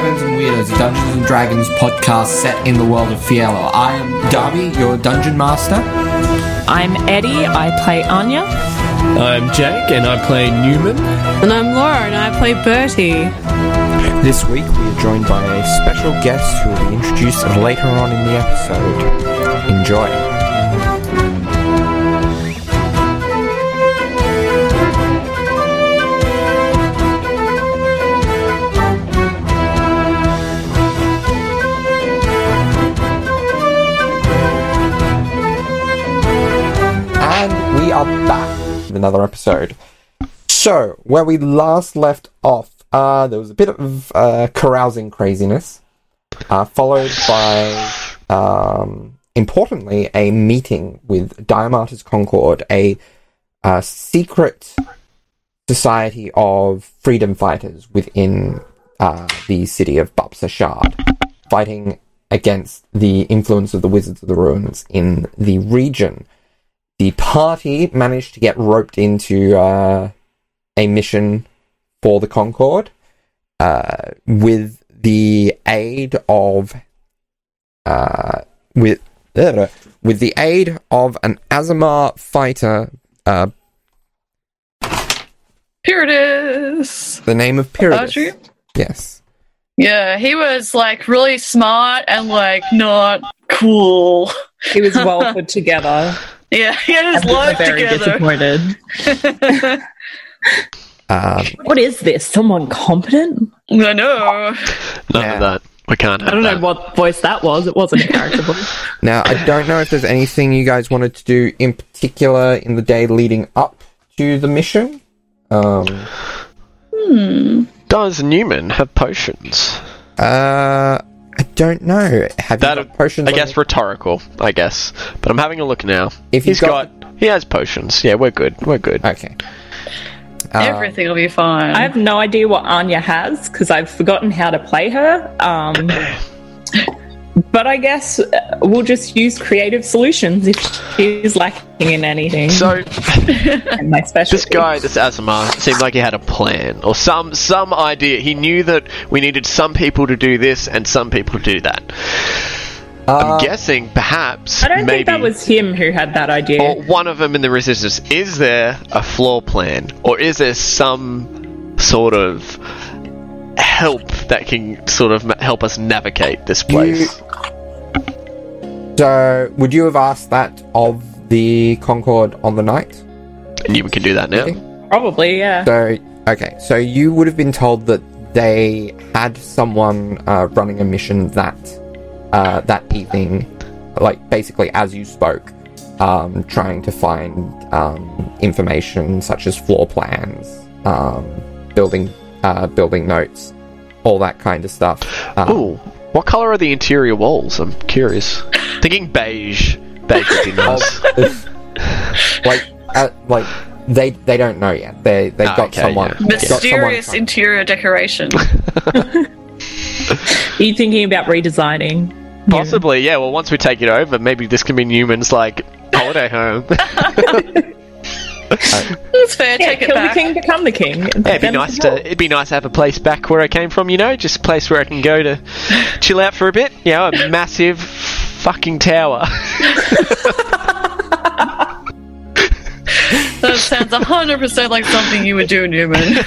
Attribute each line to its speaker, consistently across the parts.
Speaker 1: Potatoes, a Dungeons and Dragons podcast set in the world of Fiello. I am Darby, your dungeon master.
Speaker 2: I'm Eddie. I play Anya.
Speaker 3: I'm Jake and I play Newman.
Speaker 4: And I'm Laura and I play Bertie.
Speaker 5: This week we are joined by a special guest who will be introduced later on in the episode. Enjoy. And we are back with another episode. So, where we last left off, uh, there was a bit of uh, carousing craziness, uh, followed by, um, importantly, a meeting with Diamartus Concord, a uh, secret society of freedom fighters within uh, the city of Bapsa Shard, fighting against the influence of the Wizards of the Ruins in the region. The party managed to get roped into uh, a mission for the Concorde uh, with the aid of uh, with uh, with the aid of an Azamar fighter. Uh,
Speaker 6: Here it is.
Speaker 5: the name of
Speaker 6: Audrey?
Speaker 5: Pyridus. Yes,
Speaker 6: Yeah, he was like really smart and like not cool.
Speaker 2: He was well put together.
Speaker 6: Yeah, he had his
Speaker 2: people were
Speaker 6: life
Speaker 2: very
Speaker 6: together.
Speaker 2: disappointed.
Speaker 5: um,
Speaker 2: What is this? Someone competent?
Speaker 6: I know.
Speaker 7: None
Speaker 5: Yeah.
Speaker 7: of that. We can't.
Speaker 2: I don't know what voice that was. It wasn't a character voice.
Speaker 5: Now, I don't know if there's anything you guys wanted to do in particular in the day leading up to the mission. Um,
Speaker 7: Does Newman have potions?
Speaker 5: uh, I don't know. Have
Speaker 7: That
Speaker 5: you got potions?
Speaker 7: I
Speaker 5: on
Speaker 7: guess
Speaker 5: you?
Speaker 7: rhetorical. I guess, but I'm having a look now.
Speaker 5: If
Speaker 7: he's
Speaker 5: you've got-
Speaker 7: got, he has potions. Yeah, we're good. We're good.
Speaker 5: okay.
Speaker 7: Ah.
Speaker 5: Um,
Speaker 6: Everything will be fine.
Speaker 2: I have no idea what Anya has because I've forgotten how to play her. Um, but I guess uh, we'll just use creative solutions if she's lacking in anything.
Speaker 7: So
Speaker 2: And my special
Speaker 7: this guy, this Azamar, seemed like he had a plan or some some idea. He knew that we needed some people to do this and some people to do that.
Speaker 5: uh,
Speaker 7: I'm guessing, perhaps,
Speaker 2: I don't
Speaker 7: maybe, Oh.
Speaker 2: think that was him who had that idea.
Speaker 7: or one of them in the resistance. Is there a floor plan, or is there some sort of help that can sort of ma- help us navigate this place?
Speaker 5: So, would you have asked that of the Concorde on the night?
Speaker 7: and you can do that now.
Speaker 2: Probably, yeah.
Speaker 5: So, okay. So you would have been told that they had someone uh, running a mission that uh, that evening, like basically as you spoke, um, trying to find um, information such as floor plans, um, building uh, building notes, all that kind of stuff. Um,
Speaker 7: Ooh, what color are the interior walls? I'm curious. Thinking beige. Beige would be nice.
Speaker 5: like, uh, like they they don't know yet. They they've
Speaker 7: Ah,
Speaker 5: got
Speaker 7: okay,
Speaker 5: someone
Speaker 7: yeah.
Speaker 5: they've got someone
Speaker 6: Mysterious
Speaker 5: trying-
Speaker 6: interior decoration.
Speaker 2: Are you thinking about redesigning?
Speaker 7: Possibly, yeah. Well, once we take it over, maybe this can be Newman's like holiday home.
Speaker 6: That's fair.
Speaker 2: Yeah,
Speaker 6: take it
Speaker 2: kill
Speaker 6: back.
Speaker 2: the king, become the king.
Speaker 7: yeah, it'd be nice to it'd be nice to have a place back where I came from. You know, just a place where I can go to chill out for a bit. You know, a massive fucking tower.
Speaker 6: That sounds hundred percent like something you would do, Newman.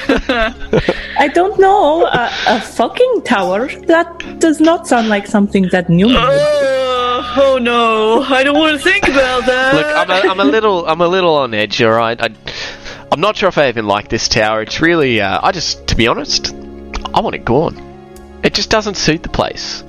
Speaker 2: I don't know. A, a fucking tower? That does not sound like something that new.
Speaker 6: oh, oh no, I don't want to think about that.
Speaker 7: Look, I'm a, I'm a little, I'm a little on edge. All right, I, I'm not sure if I even like this tower. It's really, uh, I just, to be honest, I want it gone. It just doesn't suit the place.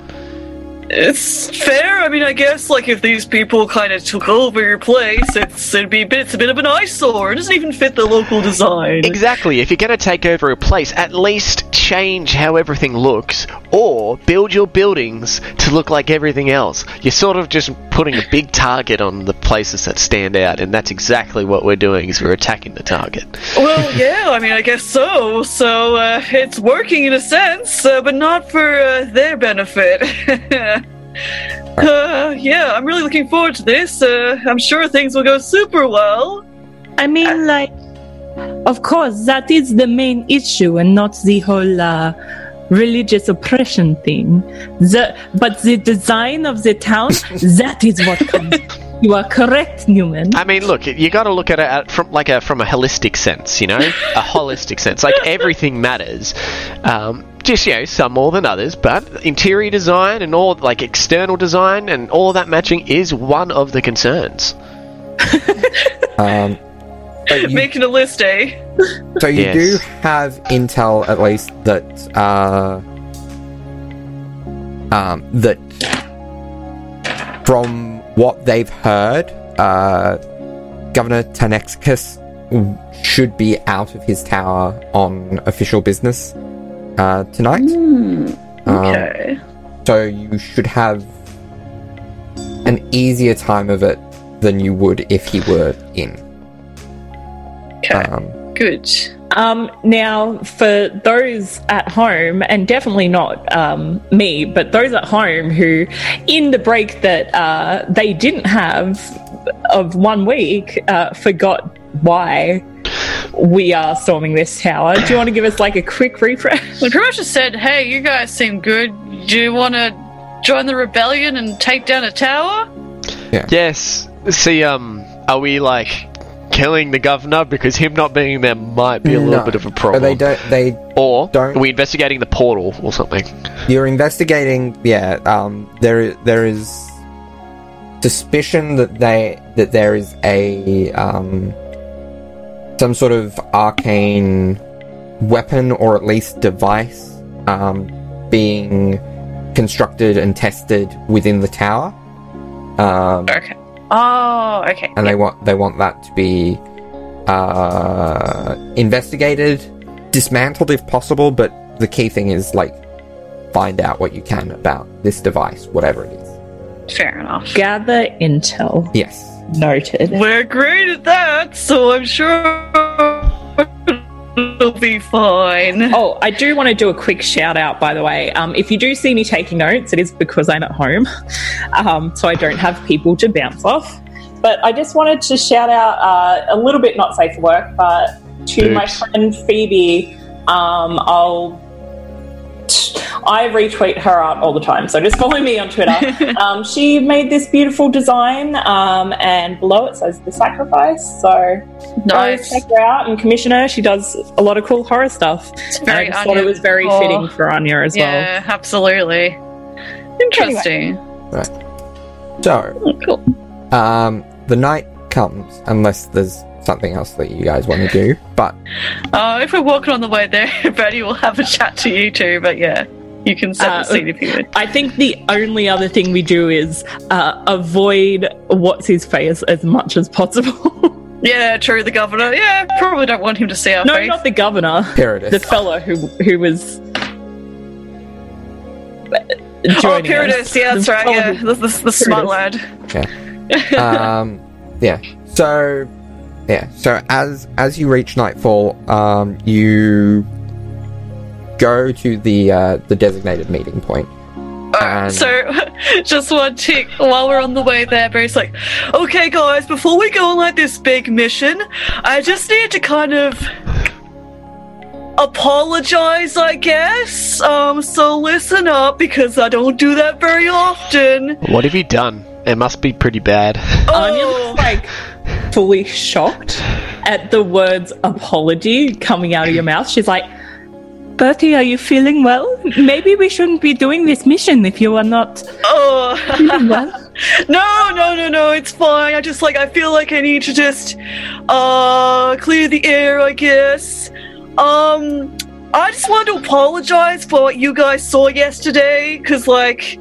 Speaker 6: It's fair. I mean, I guess like if these people kind of took over your place, it's it'd be a bit, it's a bit of an eyesore. It doesn't even fit the local design.
Speaker 7: Exactly. If you're going to take over a place, at least change how everything looks, or build your buildings to look like everything else. You're sort of just putting a big target on the places that stand out, and that's exactly what we're doing. Is we're attacking the target.
Speaker 6: Well, yeah. I mean, I guess so. So uh, it's working in a sense, uh, but not for uh, their benefit. uh, yeah, I'm really looking forward to this. Uh, I'm sure things will go super well.
Speaker 2: I mean, like, of course, that is the main issue and not the whole uh, religious oppression thing. The, but the design of the town, that is what comes. You are correct, Newman.
Speaker 7: I mean, look, you got to look at it at, from like a from a holistic sense, you know, a holistic sense. Like everything matters. Um, just you know, some more than others, but interior design and all like external design and all that matching is one of the concerns.
Speaker 5: Um, but you,
Speaker 6: Making a list, eh?
Speaker 5: so you
Speaker 7: Yes.
Speaker 5: do have intel, at least, that uh, um, that from what they've heard, uh, Governor Tanexicus should be out of his tower on official business uh, tonight. Um,
Speaker 6: Okay.
Speaker 5: so you should have an easier time of it than you would if he were in.
Speaker 6: Okay.
Speaker 5: Um,
Speaker 6: Good.
Speaker 2: Um, now, for those at home, and definitely not um, me, but those at home who, in the break that uh, they didn't have of one week, uh, forgot why we are storming this tower. Do you want to give us like a quick refresh?
Speaker 6: We pretty much just said, hey, you guys seem good. Do you want to join the rebellion and take down a tower?
Speaker 7: Yes. See, um, are we like killing the governor because him not being there might be a little
Speaker 5: no.
Speaker 7: bit of a
Speaker 5: But
Speaker 7: problem?
Speaker 5: they don't. They
Speaker 7: or
Speaker 5: don't-
Speaker 7: are we investigating the portal or something?
Speaker 5: You're investigating. Yeah. Um. There. There is suspicion that they that there is a um some sort of arcane weapon or at least device um being constructed and tested within the tower. Um.
Speaker 6: Okay. Oh, okay.
Speaker 5: and they want they want that to be uh, investigated, dismantled if possible. But the key thing is like find out what you can about this device, whatever it is.
Speaker 6: Fair enough.
Speaker 2: Gather intel.
Speaker 5: Yes,
Speaker 2: Noted.
Speaker 6: We're great at that, so I'm sure it'll be fine.
Speaker 2: Oh, I do want to do a quick shout out, by the way. Um, if you do see me taking notes, it is because I'm at home, um, so I don't have people to bounce off. But I just wanted to shout out uh, a little bit not safe for work, but to my
Speaker 7: Oops.
Speaker 2: friend Phoebe. Um, I'll I retweet her art all the time, so just follow me on Twitter. um, she made this beautiful design, um, and below it says the sacrifice. So
Speaker 6: Nice.
Speaker 2: Go check her out and commission her. She does a lot of cool horror stuff. And I
Speaker 6: very
Speaker 2: just thought it
Speaker 6: Anya
Speaker 2: was very
Speaker 6: core.
Speaker 2: fitting for Anya as
Speaker 6: Yeah, absolutely. Interesting.
Speaker 5: so
Speaker 2: Oh,
Speaker 6: Cool.
Speaker 5: um, the night comes unless there's something else that you guys want to do. But
Speaker 6: Uh, if we're walking on the way there, Betty will have a chat to you two, but yeah, you can set
Speaker 2: Uh,
Speaker 6: the scene if you would.
Speaker 2: well. I think the only other thing we do is uh, avoid what's his face as much as possible.
Speaker 6: Yeah, true, the governor. Yeah, probably don't want him to see our
Speaker 2: no,
Speaker 6: face.
Speaker 2: not the governor,
Speaker 5: Peridus,
Speaker 2: the fellow who who was. uh,
Speaker 6: Oh,
Speaker 2: joining us. Oh,
Speaker 6: Pyridus, yeah, that's
Speaker 2: The
Speaker 6: right,
Speaker 2: fellow
Speaker 6: yeah.
Speaker 2: who-
Speaker 6: The, the, the smart
Speaker 2: Pyridus.
Speaker 6: lad.
Speaker 5: um, yeah. So, yeah. So as as you reach nightfall, um, you go to the uh, the designated meeting point. And
Speaker 6: So, just one tick while we're on the way there, Barry's like, okay, guys, before we go on like this big mission, I just need to kind of apologize, I guess. Um, so listen up because I don't do that very often.
Speaker 7: What have you done? It must be pretty bad.
Speaker 2: Anya
Speaker 6: Oh.
Speaker 2: looks like fully shocked at the words apology coming out of your mouth. She's like, Bertie, are you feeling well? Maybe we shouldn't be doing this mission if you are not
Speaker 6: Oh,
Speaker 2: feeling well.
Speaker 6: no, no, no, no, it's fine. I just like, I feel like I need to just, uh, clear the air, I guess. Um, I just want to apologize for what you guys saw yesterday, because, like,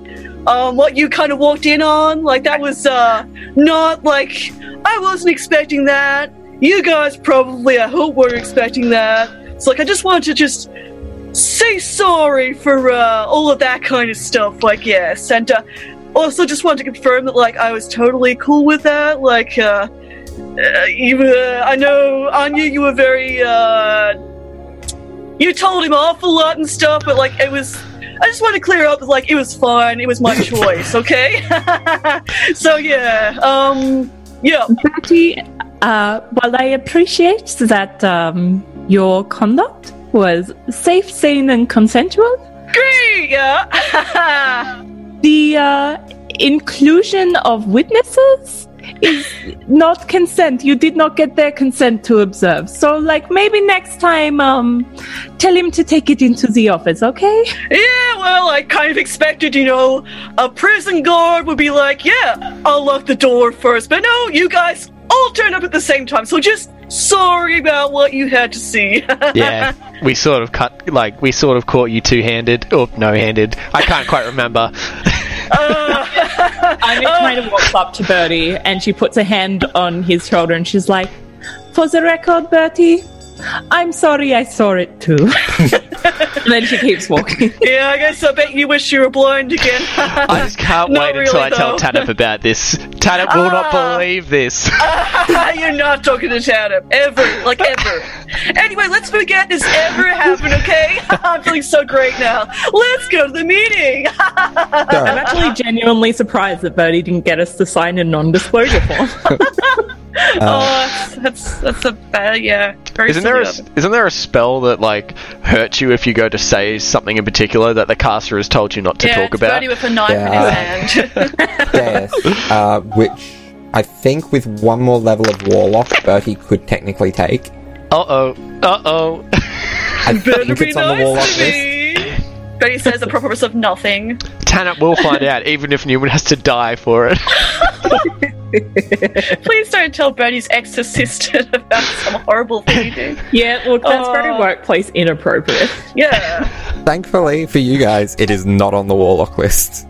Speaker 6: um, what you kind of walked in on, like, that was, uh, not like, I wasn't expecting that. You guys probably, I hope, were expecting that. It's like, I just want to just say sorry for, uh, all of that kind of stuff, like, yes. And, uh, also just wanted to confirm that like i was totally cool with that like uh, uh you uh, i know anya you were very uh you told him off a lot and stuff but like it was i just want to clear up like it was fine it was my choice okay so yeah um yeah
Speaker 2: Bertie, uh, while I appreciate that um, your conduct was safe, sane, and consensual,
Speaker 6: Great! Yeah.
Speaker 2: The uh, inclusion of witnesses is not consent. You did not get their consent to observe. So, like, maybe next time, um, tell him to take it into the office, okay?
Speaker 6: Yeah, well, I kind of expected, you know, a prison guard would be like, yeah, I'll lock the door first. But no, you guys all turned up at the same time, so just sorry about what you had to see.
Speaker 7: Yeah, we sort of cut, like, we sort of caught you two handed, or no handed. I can't quite remember.
Speaker 2: Amy kind of walks up to Bertie and she puts a hand on his shoulder and she's like, For the record, Bertie, I'm sorry I saw it too. and then she keeps walking.
Speaker 6: yeah, I guess I bet you wish you were blind again.
Speaker 7: I just can't
Speaker 6: Not
Speaker 7: wait until
Speaker 6: really,
Speaker 7: I tell
Speaker 6: though.
Speaker 7: Tanip about this. Tanip will not
Speaker 6: Ah.
Speaker 7: believe this.
Speaker 6: You're not talking to Tatum ever, like ever. anyway, let's forget this ever happened, okay? I'm feeling so great now. Let's go to the meeting.
Speaker 7: Uh.
Speaker 2: I'm actually genuinely surprised that Bertie didn't get us to sign a non disclosure form.
Speaker 6: oh, that's that's a bad yeah. Very
Speaker 7: Isn't there a,
Speaker 6: silly of-
Speaker 7: isn't there a spell that like hurts you if you go to say something in particular that the caster has told you not to
Speaker 6: yeah,
Speaker 7: talk
Speaker 6: it's
Speaker 7: about?
Speaker 6: Bertie with a knife
Speaker 5: Yeah.
Speaker 6: in his hand.
Speaker 5: Yes. uh, which I think with one more level of Warlock, Bertie could technically take.
Speaker 7: Uh oh. Uh oh.
Speaker 5: I think it's on the Warlock list.
Speaker 6: me. Betty says the purpose of nothing.
Speaker 7: Tanit will find out, even if Newman has to die for it.
Speaker 6: Please don't tell Bertie's ex assistant about some horrible thing you did.
Speaker 2: yeah, look, that's very
Speaker 6: Oh.
Speaker 2: workplace inappropriate.
Speaker 6: Yeah.
Speaker 5: Thankfully for you guys, it is not on the Warlock list.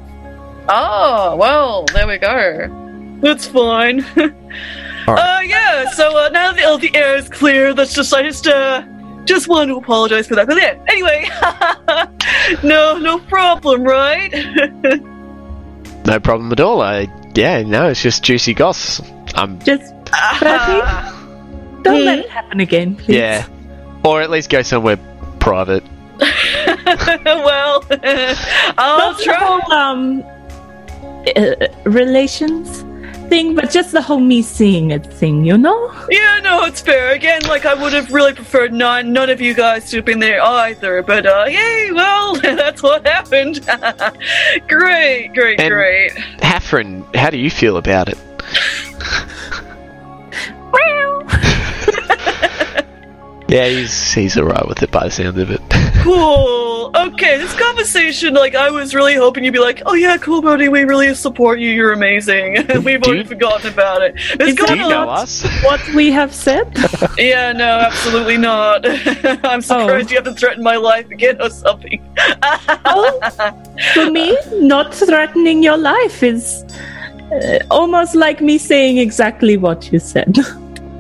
Speaker 6: Oh, well, there we go. That's fine. Uh, yeah, so uh, now that the air is clear, that's just, I just, uh, just want to apologize for that. But yeah, anyway. no, no problem, right?
Speaker 7: no problem at all. I yeah, no, it's just juicy goss. Um, I'm
Speaker 2: Just, Bertie, don't let it happen again, please.
Speaker 7: yeah, or at least go somewhere private.
Speaker 6: well, I'll
Speaker 2: Not the
Speaker 6: try.
Speaker 2: whole um, uh, relations thing, but just the whole me seeing it thing, you know?
Speaker 6: Yeah, no, it's fair. Again, like I would have really preferred none none of you guys to have been there either. But uh, yay, well, that's what happened. great, great,
Speaker 7: And-
Speaker 6: great.
Speaker 7: Hafren, how do you feel about it? yeah, he's he's alright with it by the sound of it.
Speaker 6: Cool. Okay, this conversation, like I was really hoping you'd be like, oh yeah, cool, Bodhi, we really support you. You're amazing. We've
Speaker 7: Do
Speaker 6: already
Speaker 7: you-
Speaker 6: forgotten about it.
Speaker 2: Do
Speaker 6: It's
Speaker 7: do
Speaker 6: going
Speaker 7: you
Speaker 6: on.
Speaker 7: know us?
Speaker 2: What we have said?
Speaker 6: Yeah, no, absolutely not.
Speaker 7: Oh.
Speaker 6: I'm surprised you haven't threatened my life again or something.
Speaker 2: Oh, for me, not threatening your life is uh, almost like me saying exactly what you said.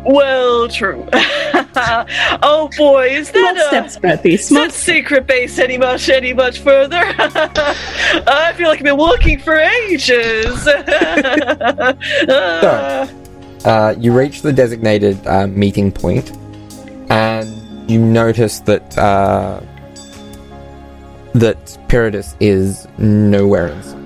Speaker 6: Well, true. oh boy, is
Speaker 2: Small
Speaker 6: that uh, a,
Speaker 2: steps, Bertie.
Speaker 6: It's
Speaker 2: Small
Speaker 6: not secret base any much, any much further. I feel like I've been walking for ages. Uh,
Speaker 5: Uh, you reach the designated uh, meeting point, and you notice that uh, that Pyridus is nowhere in sight.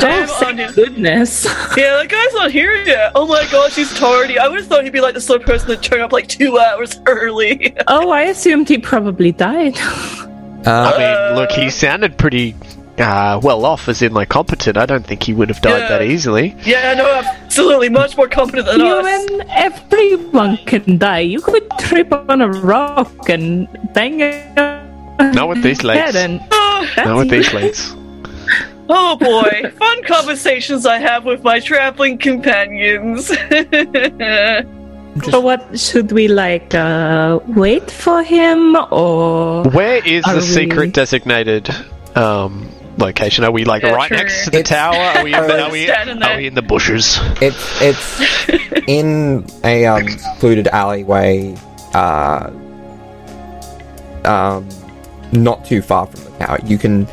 Speaker 2: Don't
Speaker 6: I'm on
Speaker 2: say
Speaker 6: it.
Speaker 2: goodness.
Speaker 6: yeah, that guy's not here yet. Oh my gosh, he's tardy. I would have thought he'd be like the sort of person that turned up like two hours early.
Speaker 2: oh, I assumed he probably died.
Speaker 5: Uh,
Speaker 7: I mean, look, he sounded pretty uh, well off, as in like competent. I don't think he would have died
Speaker 6: Yeah.
Speaker 7: that easily.
Speaker 6: yeah, no, absolutely, much more competent than
Speaker 2: you
Speaker 6: us.
Speaker 2: and everyone can die. You could trip on a rock and bang your
Speaker 7: Not with these legs.
Speaker 2: head and
Speaker 6: Oh,
Speaker 7: Not with these legs.
Speaker 6: oh boy, fun conversations I have with my traveling companions.
Speaker 2: So what should we like uh, wait for him or
Speaker 7: Where is
Speaker 2: Are
Speaker 7: the
Speaker 2: we-
Speaker 7: secret designated um, location? Are we like
Speaker 6: Yeah,
Speaker 7: right
Speaker 6: true.
Speaker 7: next to the
Speaker 5: It's-
Speaker 7: tower? Are we, in the, are, we,
Speaker 6: Standing there.
Speaker 7: are we in the bushes?
Speaker 5: it's it's in a um, secluded alleyway, uh, um, not too far from the tower. You can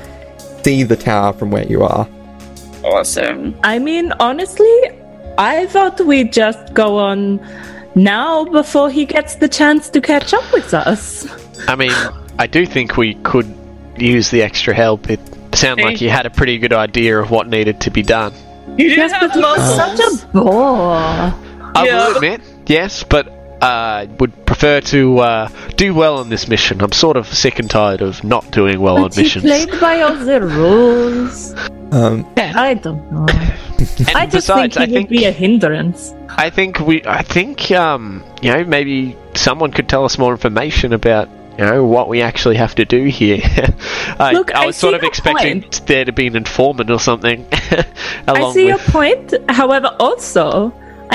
Speaker 5: see the tower from where you are.
Speaker 6: awesome.
Speaker 2: I mean honestly I thought we'd just go on now before he gets the chance to catch up with us.
Speaker 7: I mean, I do think we could use the extra help. It sounded like you had a pretty good idea of what needed to be done.
Speaker 6: You do
Speaker 2: Yes,
Speaker 6: have
Speaker 2: but he's
Speaker 6: muscles.
Speaker 2: such a bore.
Speaker 7: I
Speaker 6: Yeah.
Speaker 7: will admit, yes, but uh, would prefer to uh, do well on this mission. I'm sort of sick and tired of not doing well on
Speaker 8: But you
Speaker 7: missions.
Speaker 8: played by all the rules.
Speaker 5: Um,
Speaker 8: I don't know.
Speaker 7: And
Speaker 2: I just
Speaker 7: besides,
Speaker 2: think
Speaker 7: I
Speaker 2: he
Speaker 7: think
Speaker 2: would be a hindrance.
Speaker 7: I think we I think um, you know maybe someone could tell us more information about you know what we actually have to do here. I,
Speaker 2: Look,
Speaker 7: I
Speaker 2: I
Speaker 7: was
Speaker 2: see
Speaker 7: sort of
Speaker 2: your
Speaker 7: expecting
Speaker 2: point.
Speaker 7: there to be an informant or something.
Speaker 2: I
Speaker 7: along
Speaker 2: see your
Speaker 7: with
Speaker 2: point. However, also,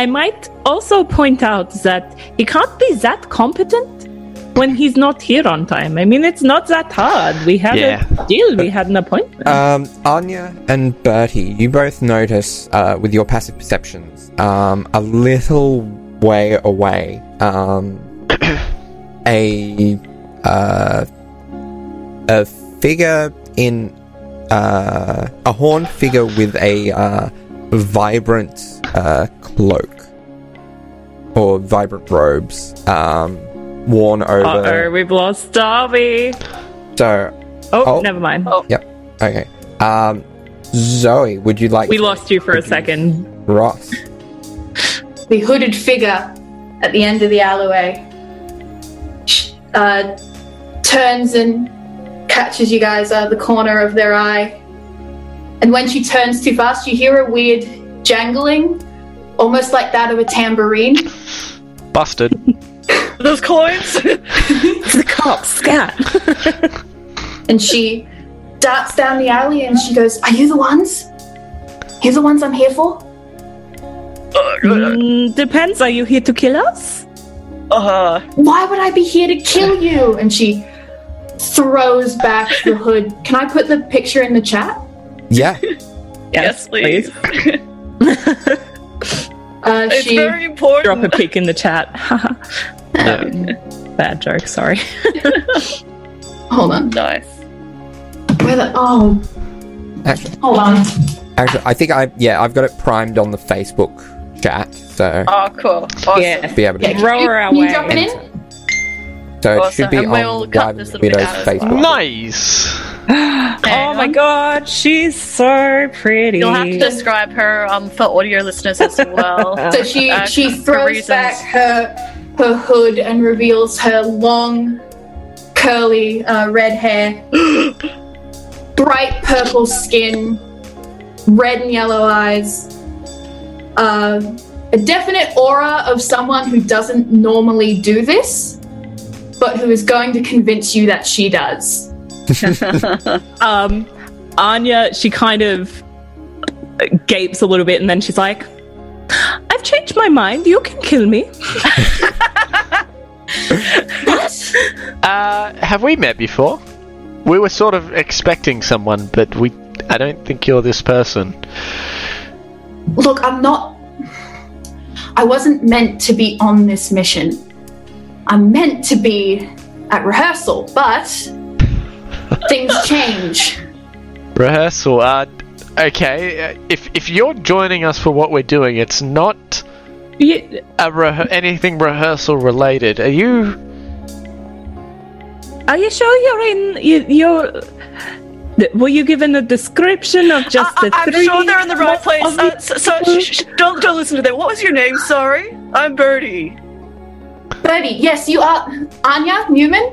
Speaker 2: I might also point out that he can't be that competent when he's not here on time. I mean, it's not that hard. We had
Speaker 7: Yeah.
Speaker 2: a deal, we had an appointment.
Speaker 5: um, Anya and Bertie, you both notice uh, with your passive perceptions um, a little way away um, a uh, a figure in uh, a horned figure with a uh, vibrant uh, cloak or vibrant robes um, worn
Speaker 2: Uh oh,
Speaker 5: over.
Speaker 2: we've lost Darby.
Speaker 5: So
Speaker 2: Oh,
Speaker 5: Oh.
Speaker 2: never mind.
Speaker 5: Yep. Okay. Um, Zoe, would you like
Speaker 2: We
Speaker 5: to
Speaker 2: lost you for a second.
Speaker 5: Ross?
Speaker 8: The hooded figure at the end of the alleyway sh- uh, turns and catches you guys out of the corner of their eye. And when she turns too fast, you hear a weird jangling, almost like that of a tambourine.
Speaker 7: busted.
Speaker 6: Those coins.
Speaker 2: The cops, scat.
Speaker 8: And she darts down the alley and she goes, Are you the ones? You're the ones I'm here for?
Speaker 2: Mm, depends. Are you here to kill us?
Speaker 6: uh,
Speaker 8: Why would I be here to kill you? And she throws back the hood. Can I put the picture in the chat?
Speaker 5: Yeah.
Speaker 6: yes, please.
Speaker 8: Uh,
Speaker 6: It's
Speaker 8: she
Speaker 6: very
Speaker 2: Drop
Speaker 6: important.
Speaker 2: a pic in the chat. Bad joke, sorry.
Speaker 8: hold on.
Speaker 6: Nice.
Speaker 8: Where the oh
Speaker 5: Actually,
Speaker 8: hold on.
Speaker 5: actually, I think I yeah I've got it primed on the Facebook chat, so
Speaker 6: Oh, cool. Awesome.
Speaker 2: Yeah.
Speaker 5: be able to.
Speaker 8: Yeah,
Speaker 2: Roll
Speaker 8: can you-
Speaker 2: her away.
Speaker 8: can you drop it in?
Speaker 5: So it
Speaker 6: Awesome.
Speaker 5: should be
Speaker 6: And
Speaker 5: on
Speaker 6: we'll cut
Speaker 5: Live
Speaker 6: this
Speaker 5: with
Speaker 6: little bit
Speaker 5: Widows
Speaker 6: out as
Speaker 5: Facebook.
Speaker 7: nice.
Speaker 2: Oh my god, she's so pretty.
Speaker 9: You'll have to describe her um, for audio listeners as well.
Speaker 8: So she
Speaker 9: Uh,
Speaker 8: she
Speaker 9: for
Speaker 8: throws
Speaker 9: reasons.
Speaker 8: back her her hood and reveals her long curly uh, red hair, bright purple skin, red and yellow eyes, uh, a definite aura of someone who doesn't normally do this, but who is going to convince you that she does.
Speaker 2: um, Anya, she kind of gapes a little bit and then she's like, I've changed my mind. You can kill me.
Speaker 7: Uh, have we met before? We were sort of expecting someone, but we I don't think you're this person.
Speaker 8: Look, I'm not. I wasn't meant to be on this mission. I'm meant to be at rehearsal, but things change.
Speaker 7: Rehearsal. Uh, okay. uh, If if you're joining us for what we're doing, it's not
Speaker 2: You,
Speaker 7: a uh, rehe anything rehearsal related. Are you?
Speaker 2: are you sure you're in? You, you're. Were you given a description of just
Speaker 6: I-
Speaker 2: the
Speaker 6: I- I'm
Speaker 2: three?
Speaker 6: sure they're in the right
Speaker 2: most
Speaker 6: place. Uh,
Speaker 2: obvious
Speaker 6: so, so sh- sh- sh- don't don't listen to them. What was your name? Sorry, I'm Birdie.
Speaker 8: Birdie, yes, you are Anya Newman.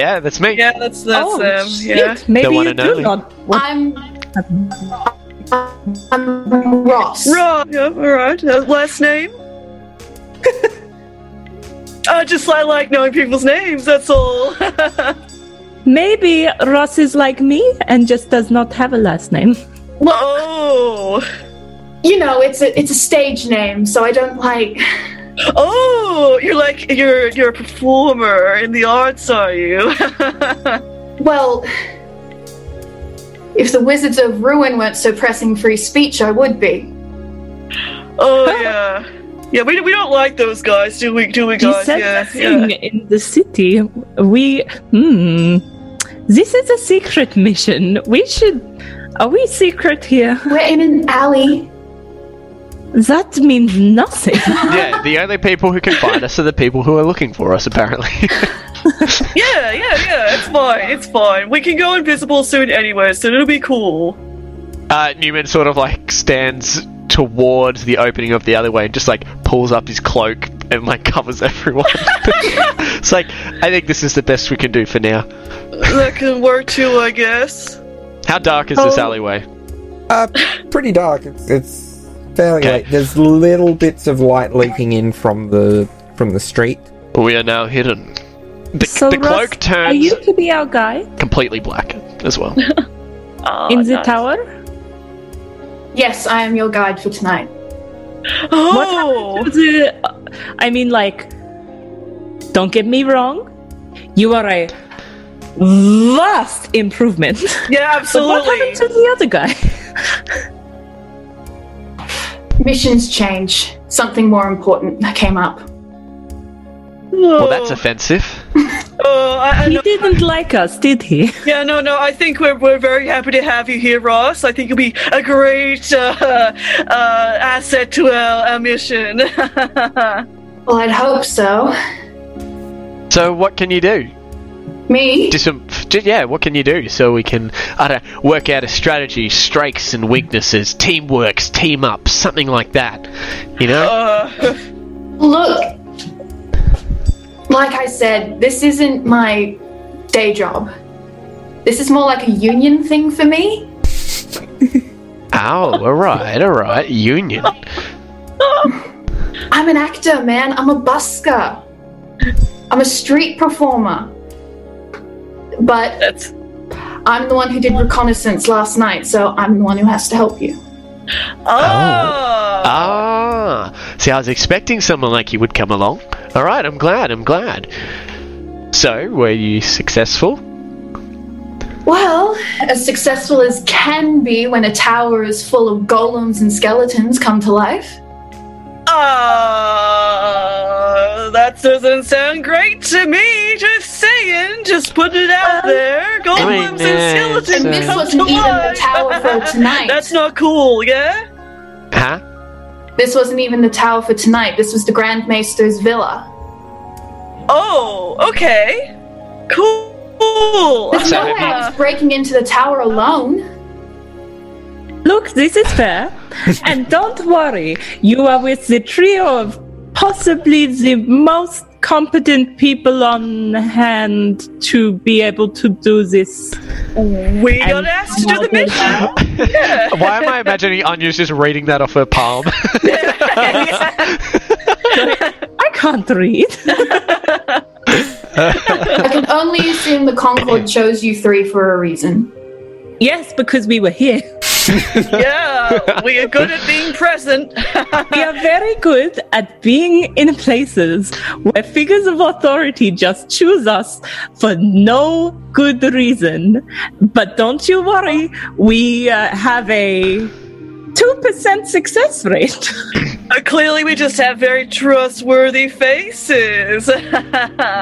Speaker 7: Yeah, that's me.
Speaker 6: Yeah, that's that's
Speaker 2: oh,
Speaker 6: them.
Speaker 2: shit.
Speaker 6: Yeah.
Speaker 2: Maybe
Speaker 7: one
Speaker 2: you
Speaker 7: and
Speaker 2: do
Speaker 7: only.
Speaker 2: not.
Speaker 8: I'm. I'm Ross.
Speaker 6: Right. Yeah, all right. Uh, last name. I just I like knowing people's names. That's all.
Speaker 2: Maybe Ross is like me and just does not have a last name.
Speaker 6: oh,
Speaker 8: You know, it's a it's a stage name, so I don't like.
Speaker 6: oh, you're like you're you're a performer in the arts, are you?
Speaker 8: Well, if the Wizards of Ruin weren't so pressing free speech, I would be.
Speaker 6: oh yeah, yeah. We, we don't like those guys, do we? Do we
Speaker 2: You
Speaker 6: guys?
Speaker 2: said
Speaker 6: yeah,
Speaker 2: the thing in the city. We hmm. This is a secret mission. We should. Are we secret here?
Speaker 8: We're in an alley.
Speaker 2: That means nothing.
Speaker 7: yeah, the only people who can find us are the people who are looking for us, apparently.
Speaker 6: Yeah, yeah, yeah. It's fine. It's fine. We can go invisible soon anyway, so it'll be cool.
Speaker 7: uh, Newman sort of like stands towards the opening of the alleyway and just like pulls up his cloak and like covers everyone. it's like I think this is the best we can do for now.
Speaker 6: That can work too, I guess.
Speaker 7: How dark is
Speaker 2: Oh.
Speaker 7: this alleyway?
Speaker 5: Uh, pretty dark. It's, it's fairly
Speaker 7: Okay.
Speaker 5: late. There's little bits of light leaking in from the from the street.
Speaker 7: We are now hidden. The,
Speaker 2: So,
Speaker 7: the
Speaker 2: Russ,
Speaker 7: cloak
Speaker 2: Are
Speaker 7: turns
Speaker 2: you to be our guide
Speaker 7: completely black as well.
Speaker 6: Oh,
Speaker 2: in the
Speaker 6: nice.
Speaker 2: tower?
Speaker 8: Yes, I am your guide for tonight.
Speaker 2: What happened
Speaker 6: Oh,
Speaker 2: to the? uh, I mean, like, don't get me wrong, you are a vast improvement.
Speaker 6: yeah,
Speaker 2: But what
Speaker 6: absolutely.
Speaker 2: happened to the other guy?
Speaker 8: Missions change. Something more important that came up.
Speaker 7: well, that's offensive.
Speaker 6: Oh, I, I
Speaker 2: He
Speaker 6: know-
Speaker 2: didn't like us, did he?
Speaker 6: yeah, no, no. I think we're, we're very happy to have you here, Ross. I think you'll be a great uh, uh, asset to our, our mission. Uh,
Speaker 8: Well, I'd hope so.
Speaker 7: So what can you do?
Speaker 8: Me?
Speaker 7: Do some, do- yeah. What can you do so we can I don't know, work out a strategy, strengths and weaknesses, teamworks, team up, something like that. You know,
Speaker 6: uh,
Speaker 8: Look, like I said, this isn't my day job. This is more like a union thing for me.
Speaker 7: oh, all right, all right, union.
Speaker 8: I'm an actor, man. I'm a busker. I'm a street performer. But
Speaker 6: that's
Speaker 8: I'm the one who did reconnaissance last night, so I'm the one who has to help you.
Speaker 6: oh.
Speaker 7: Ah, see, I was expecting someone like you would come along. All right, I'm glad. I'm glad. So, were you successful?
Speaker 8: Well, as successful as can be when a tower is full of golems and skeletons come to life.
Speaker 6: Ah, that doesn't sound great to me. Just saying, just put it out there.
Speaker 7: mean,
Speaker 6: Golems
Speaker 7: yeah,
Speaker 6: and skeletons.
Speaker 7: it's, uh,
Speaker 8: This
Speaker 6: come
Speaker 8: wasn't
Speaker 6: to
Speaker 8: even the
Speaker 6: life.
Speaker 8: tower for tonight.
Speaker 6: That's not cool, yeah?
Speaker 7: Huh?
Speaker 8: This wasn't even the tower for tonight. This was the Grand Maester's villa.
Speaker 6: Oh, okay. Cool.
Speaker 8: There's no
Speaker 7: So-
Speaker 8: way I was breaking into the tower alone.
Speaker 2: Look, this is fair. and don't worry, you are with the trio of possibly the most competent people on hand to be able to do this.
Speaker 6: We got asked to do the mission.
Speaker 7: Why am I imagining Anya's just reading that off her palm?
Speaker 2: I can't read.
Speaker 8: I can only assume the Concord chose you three for a reason.
Speaker 2: yes, because we were here.
Speaker 6: yeah, we are good at being present.
Speaker 2: We are very good at being in places where figures of authority just choose us for no good reason. But don't you worry, we uh, have a 2% success rate.
Speaker 6: Uh, Clearly, we just have very trustworthy faces.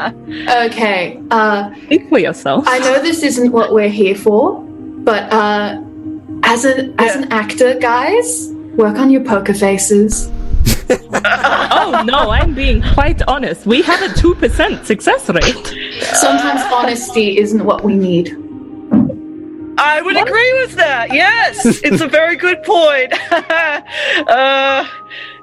Speaker 8: Okay, uh,
Speaker 2: Think for yourself.
Speaker 8: I know this isn't what we're here for, but uh, as, a, as an actor, guys, work on your poker faces.
Speaker 2: oh no, I'm being quite honest. We have a 2% success rate.
Speaker 8: Sometimes honesty isn't what we need.
Speaker 6: I would agree with that. Yes, it's a very good point. uh,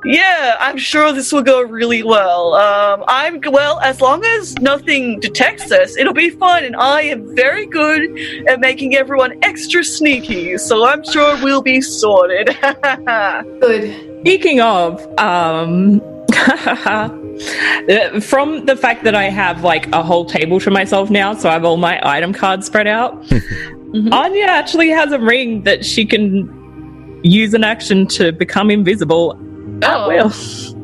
Speaker 6: yeah, I'm sure this will go really well. Um, I'm well as long as nothing detects us, it'll be fine. And I am very good at making everyone extra sneaky, so I'm sure we'll be sorted.
Speaker 9: Oh,
Speaker 8: Good.
Speaker 2: Speaking of, um, uh, from the fact that I have like a whole table to myself now, so I have all my item cards spread out, Mm-hmm. Anya actually has a ring that she can use an action to become invisible at
Speaker 9: Oh.
Speaker 2: will.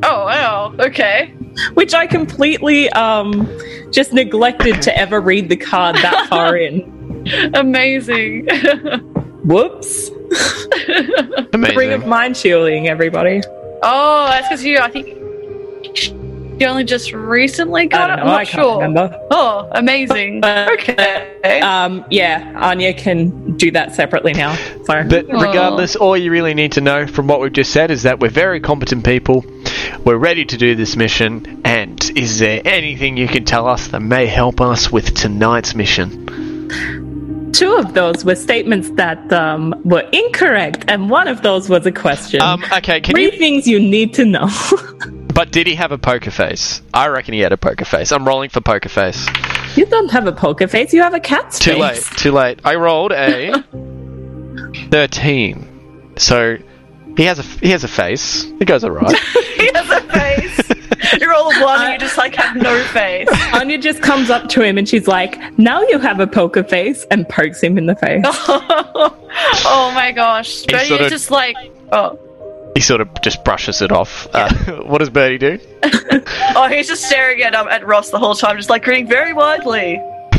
Speaker 9: Oh wow. Okay.
Speaker 2: which I completely um, just neglected to ever read the card that far in.
Speaker 9: Amazing.
Speaker 2: Whoops. Ring of
Speaker 7: Amazing.
Speaker 2: mind shielding, everybody.
Speaker 9: oh, that's because you. I think you only just recently
Speaker 2: I
Speaker 9: got
Speaker 2: don't
Speaker 9: it.
Speaker 2: know.
Speaker 9: I'm not
Speaker 2: I can't
Speaker 9: sure.
Speaker 2: remember.
Speaker 9: Oh, amazing.
Speaker 2: But-
Speaker 9: okay.
Speaker 2: Um, yeah, Anya can do that separately now. So
Speaker 7: But regardless, all you really need to know from what we've just said is that we're very competent people. We're ready to do this mission. And is there anything you can tell us that may help us with tonight's mission?
Speaker 2: two of those were statements that um, were incorrect, and one of those was a question.
Speaker 7: Um, okay, can
Speaker 2: Three
Speaker 7: you?
Speaker 2: things you need to know.
Speaker 7: But did he have a poker face? I reckon he had a poker face. I'm rolling for poker face.
Speaker 2: you don't have a poker face. You have a cat's
Speaker 7: Too
Speaker 2: face.
Speaker 7: late. Too late. I rolled a thirteen. So he has a he has a face. It goes alright.
Speaker 6: He has a face. You're all one and you just like have no face.
Speaker 2: Anya just comes up to him and she's like, "Now you have a poker face," and pokes him in the face.
Speaker 9: oh my gosh. Bertie
Speaker 7: sort
Speaker 9: is
Speaker 7: of-
Speaker 9: just like,
Speaker 6: Oh.
Speaker 7: he sort of just brushes it off. Uh, what does Birdie do?
Speaker 6: oh, he's just staring at um, at Ross the whole time, just like grinning very widely.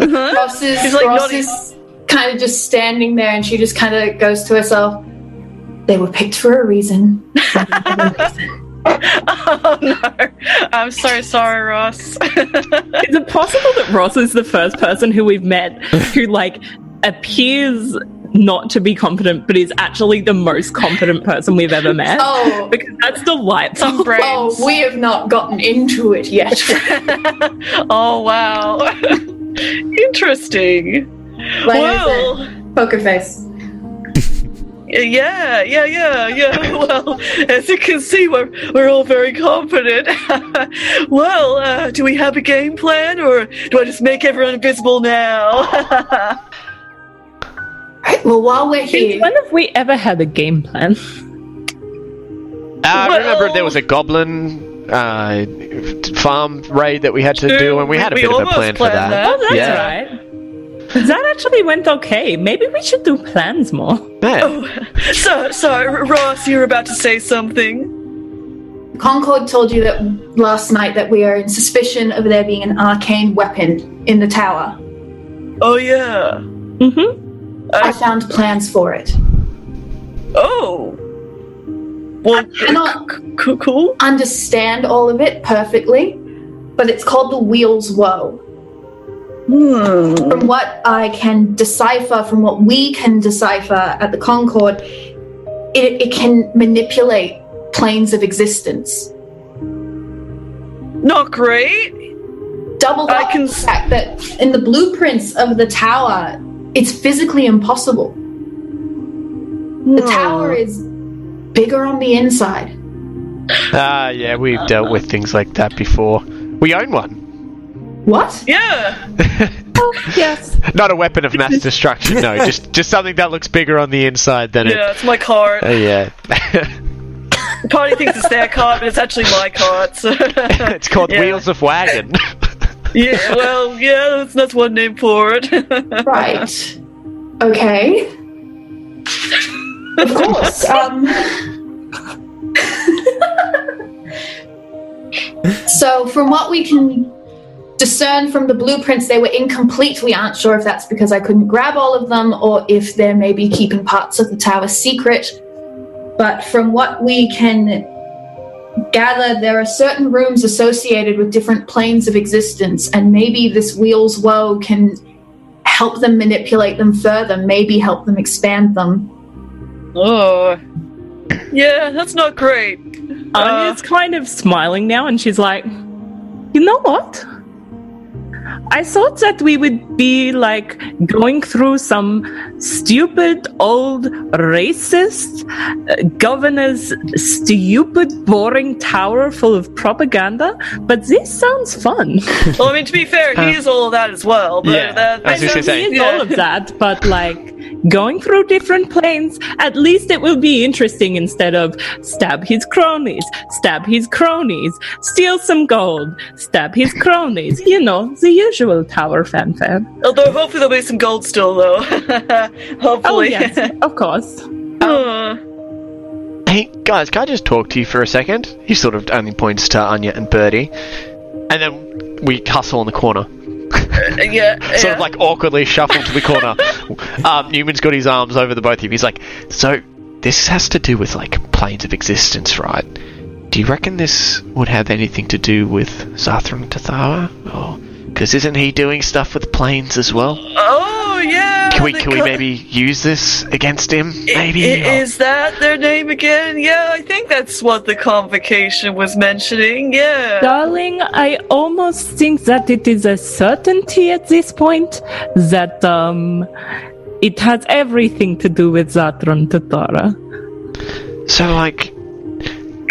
Speaker 8: Ross is,
Speaker 6: She's like
Speaker 8: Ross
Speaker 6: nodding.
Speaker 8: is kind of just standing there and she just kind of goes to herself, they were picked for a reason.
Speaker 6: Oh no.
Speaker 9: I'm so sorry, Ross.
Speaker 2: Is it possible that Ross is the first person who we've met who like appears not to be competent, but is actually the most competent person we've ever met?
Speaker 8: Oh,
Speaker 2: Because that's delightful.
Speaker 9: Some brains.
Speaker 8: oh, we have not gotten into it yet.
Speaker 6: Oh wow. Interesting.
Speaker 8: Like I said,
Speaker 6: well,
Speaker 8: poker face.
Speaker 6: Yeah, yeah, yeah, yeah. Well, as you can see, we're we're all very confident. well, uh, do we have a game plan, or do I just make everyone invisible now?
Speaker 8: Right, well, while we're here,
Speaker 2: When have we ever had a game plan?
Speaker 7: Uh, I remember
Speaker 6: Well-
Speaker 7: there was a goblin uh, farm raid that we had to do, and we had a
Speaker 6: We
Speaker 7: bit of a
Speaker 6: almost
Speaker 7: plan for
Speaker 6: planned
Speaker 7: that.
Speaker 6: that.
Speaker 2: Oh, that's
Speaker 7: Yeah.
Speaker 2: right. That actually went okay. Maybe we should do plans more.
Speaker 7: Yeah.
Speaker 6: Oh. so, so R- Ross, you're about to say something.
Speaker 8: Concord told you that last night that we are in suspicion of there being an arcane weapon in the tower.
Speaker 6: Oh yeah.
Speaker 2: Mm-hmm.
Speaker 6: Uh,
Speaker 8: I found plans for it.
Speaker 6: Oh. Well,
Speaker 8: cannot-
Speaker 6: c- c- cool.
Speaker 8: Understand all of it perfectly, but it's called the Wheel's Woe.
Speaker 6: Hmm.
Speaker 8: From what I can decipher, from what we can decipher at the Concord, it, it can manipulate planes of existence.
Speaker 6: Not great.
Speaker 8: Double
Speaker 6: I
Speaker 8: up
Speaker 6: can
Speaker 8: on the fact that in the blueprints of the tower, it's physically impossible.
Speaker 6: Hmm.
Speaker 8: The tower is bigger on the inside.
Speaker 7: Ah, yeah, we've dealt with things like that before. We own one.
Speaker 8: What?
Speaker 6: Yeah.
Speaker 2: Yes.
Speaker 7: Not a weapon of mass destruction, no. Just just something that looks bigger on the inside than
Speaker 6: Yeah,
Speaker 7: it.
Speaker 6: it's my card.
Speaker 7: Uh, yeah.
Speaker 6: Party thinks it's their card, but it's actually my card. So.
Speaker 7: it's called
Speaker 6: Yeah.
Speaker 7: Wheels of Wagon.
Speaker 6: Yeah, well, yeah, that's, that's one name for it.
Speaker 8: Right. Okay. Of course. Um, so, from what we can discern from the blueprints, they were incomplete. We aren't sure if that's because I couldn't grab all of them or if they're maybe keeping parts of the tower secret. But from what we can gather, there are certain rooms associated with different planes of existence, and maybe this Wheels Woe can help them manipulate them further, maybe help them expand them.
Speaker 6: oh. Yeah, that's not great.
Speaker 7: Uh.
Speaker 2: Anya's kind of smiling now and she's like, you know what? I thought that we would be like going through some stupid old racist uh, governor's stupid boring tower full of propaganda, but this sounds fun.
Speaker 6: Well, I mean, to be fair, he is all of that as well. But
Speaker 7: Uh. yeah,
Speaker 6: that,
Speaker 7: I was just
Speaker 6: that-
Speaker 7: gonna say.
Speaker 2: It is
Speaker 6: Yeah.
Speaker 2: all of that, but like going through different planes, at least it will be interesting instead of stab his cronies, stab his cronies, steal some gold, stab his cronies. You know, the usual tower fanfare.
Speaker 6: Although hopefully there'll be some gold still, though. hopefully.
Speaker 2: Oh, yes, of course.
Speaker 6: Uh,
Speaker 7: Hey, guys, can I just talk to you for a second? He sort of only points to Anya and Birdie. And then we hustle in the corner.
Speaker 6: yeah.
Speaker 7: Sort
Speaker 6: yeah.
Speaker 7: of like awkwardly shuffle to the corner. um, Newman's got his arms over the both of you. He's like, So, this has to do with, like, planes of existence, right? Do you reckon this would have anything to do with Zathram Tathawa? Or. Because isn't he doing stuff with planes as well?
Speaker 6: Oh, yeah.
Speaker 7: can we
Speaker 6: the
Speaker 7: can we
Speaker 6: co-
Speaker 7: maybe use this against him? Maybe. oh.
Speaker 6: I-
Speaker 7: Or-
Speaker 6: is that their name again? Yeah, I think that's what the convocation was mentioning. Yeah.
Speaker 2: Darling, I almost think that it is a certainty at this point that um, it has everything to do with Zatron Tatara.
Speaker 7: Oh, So like,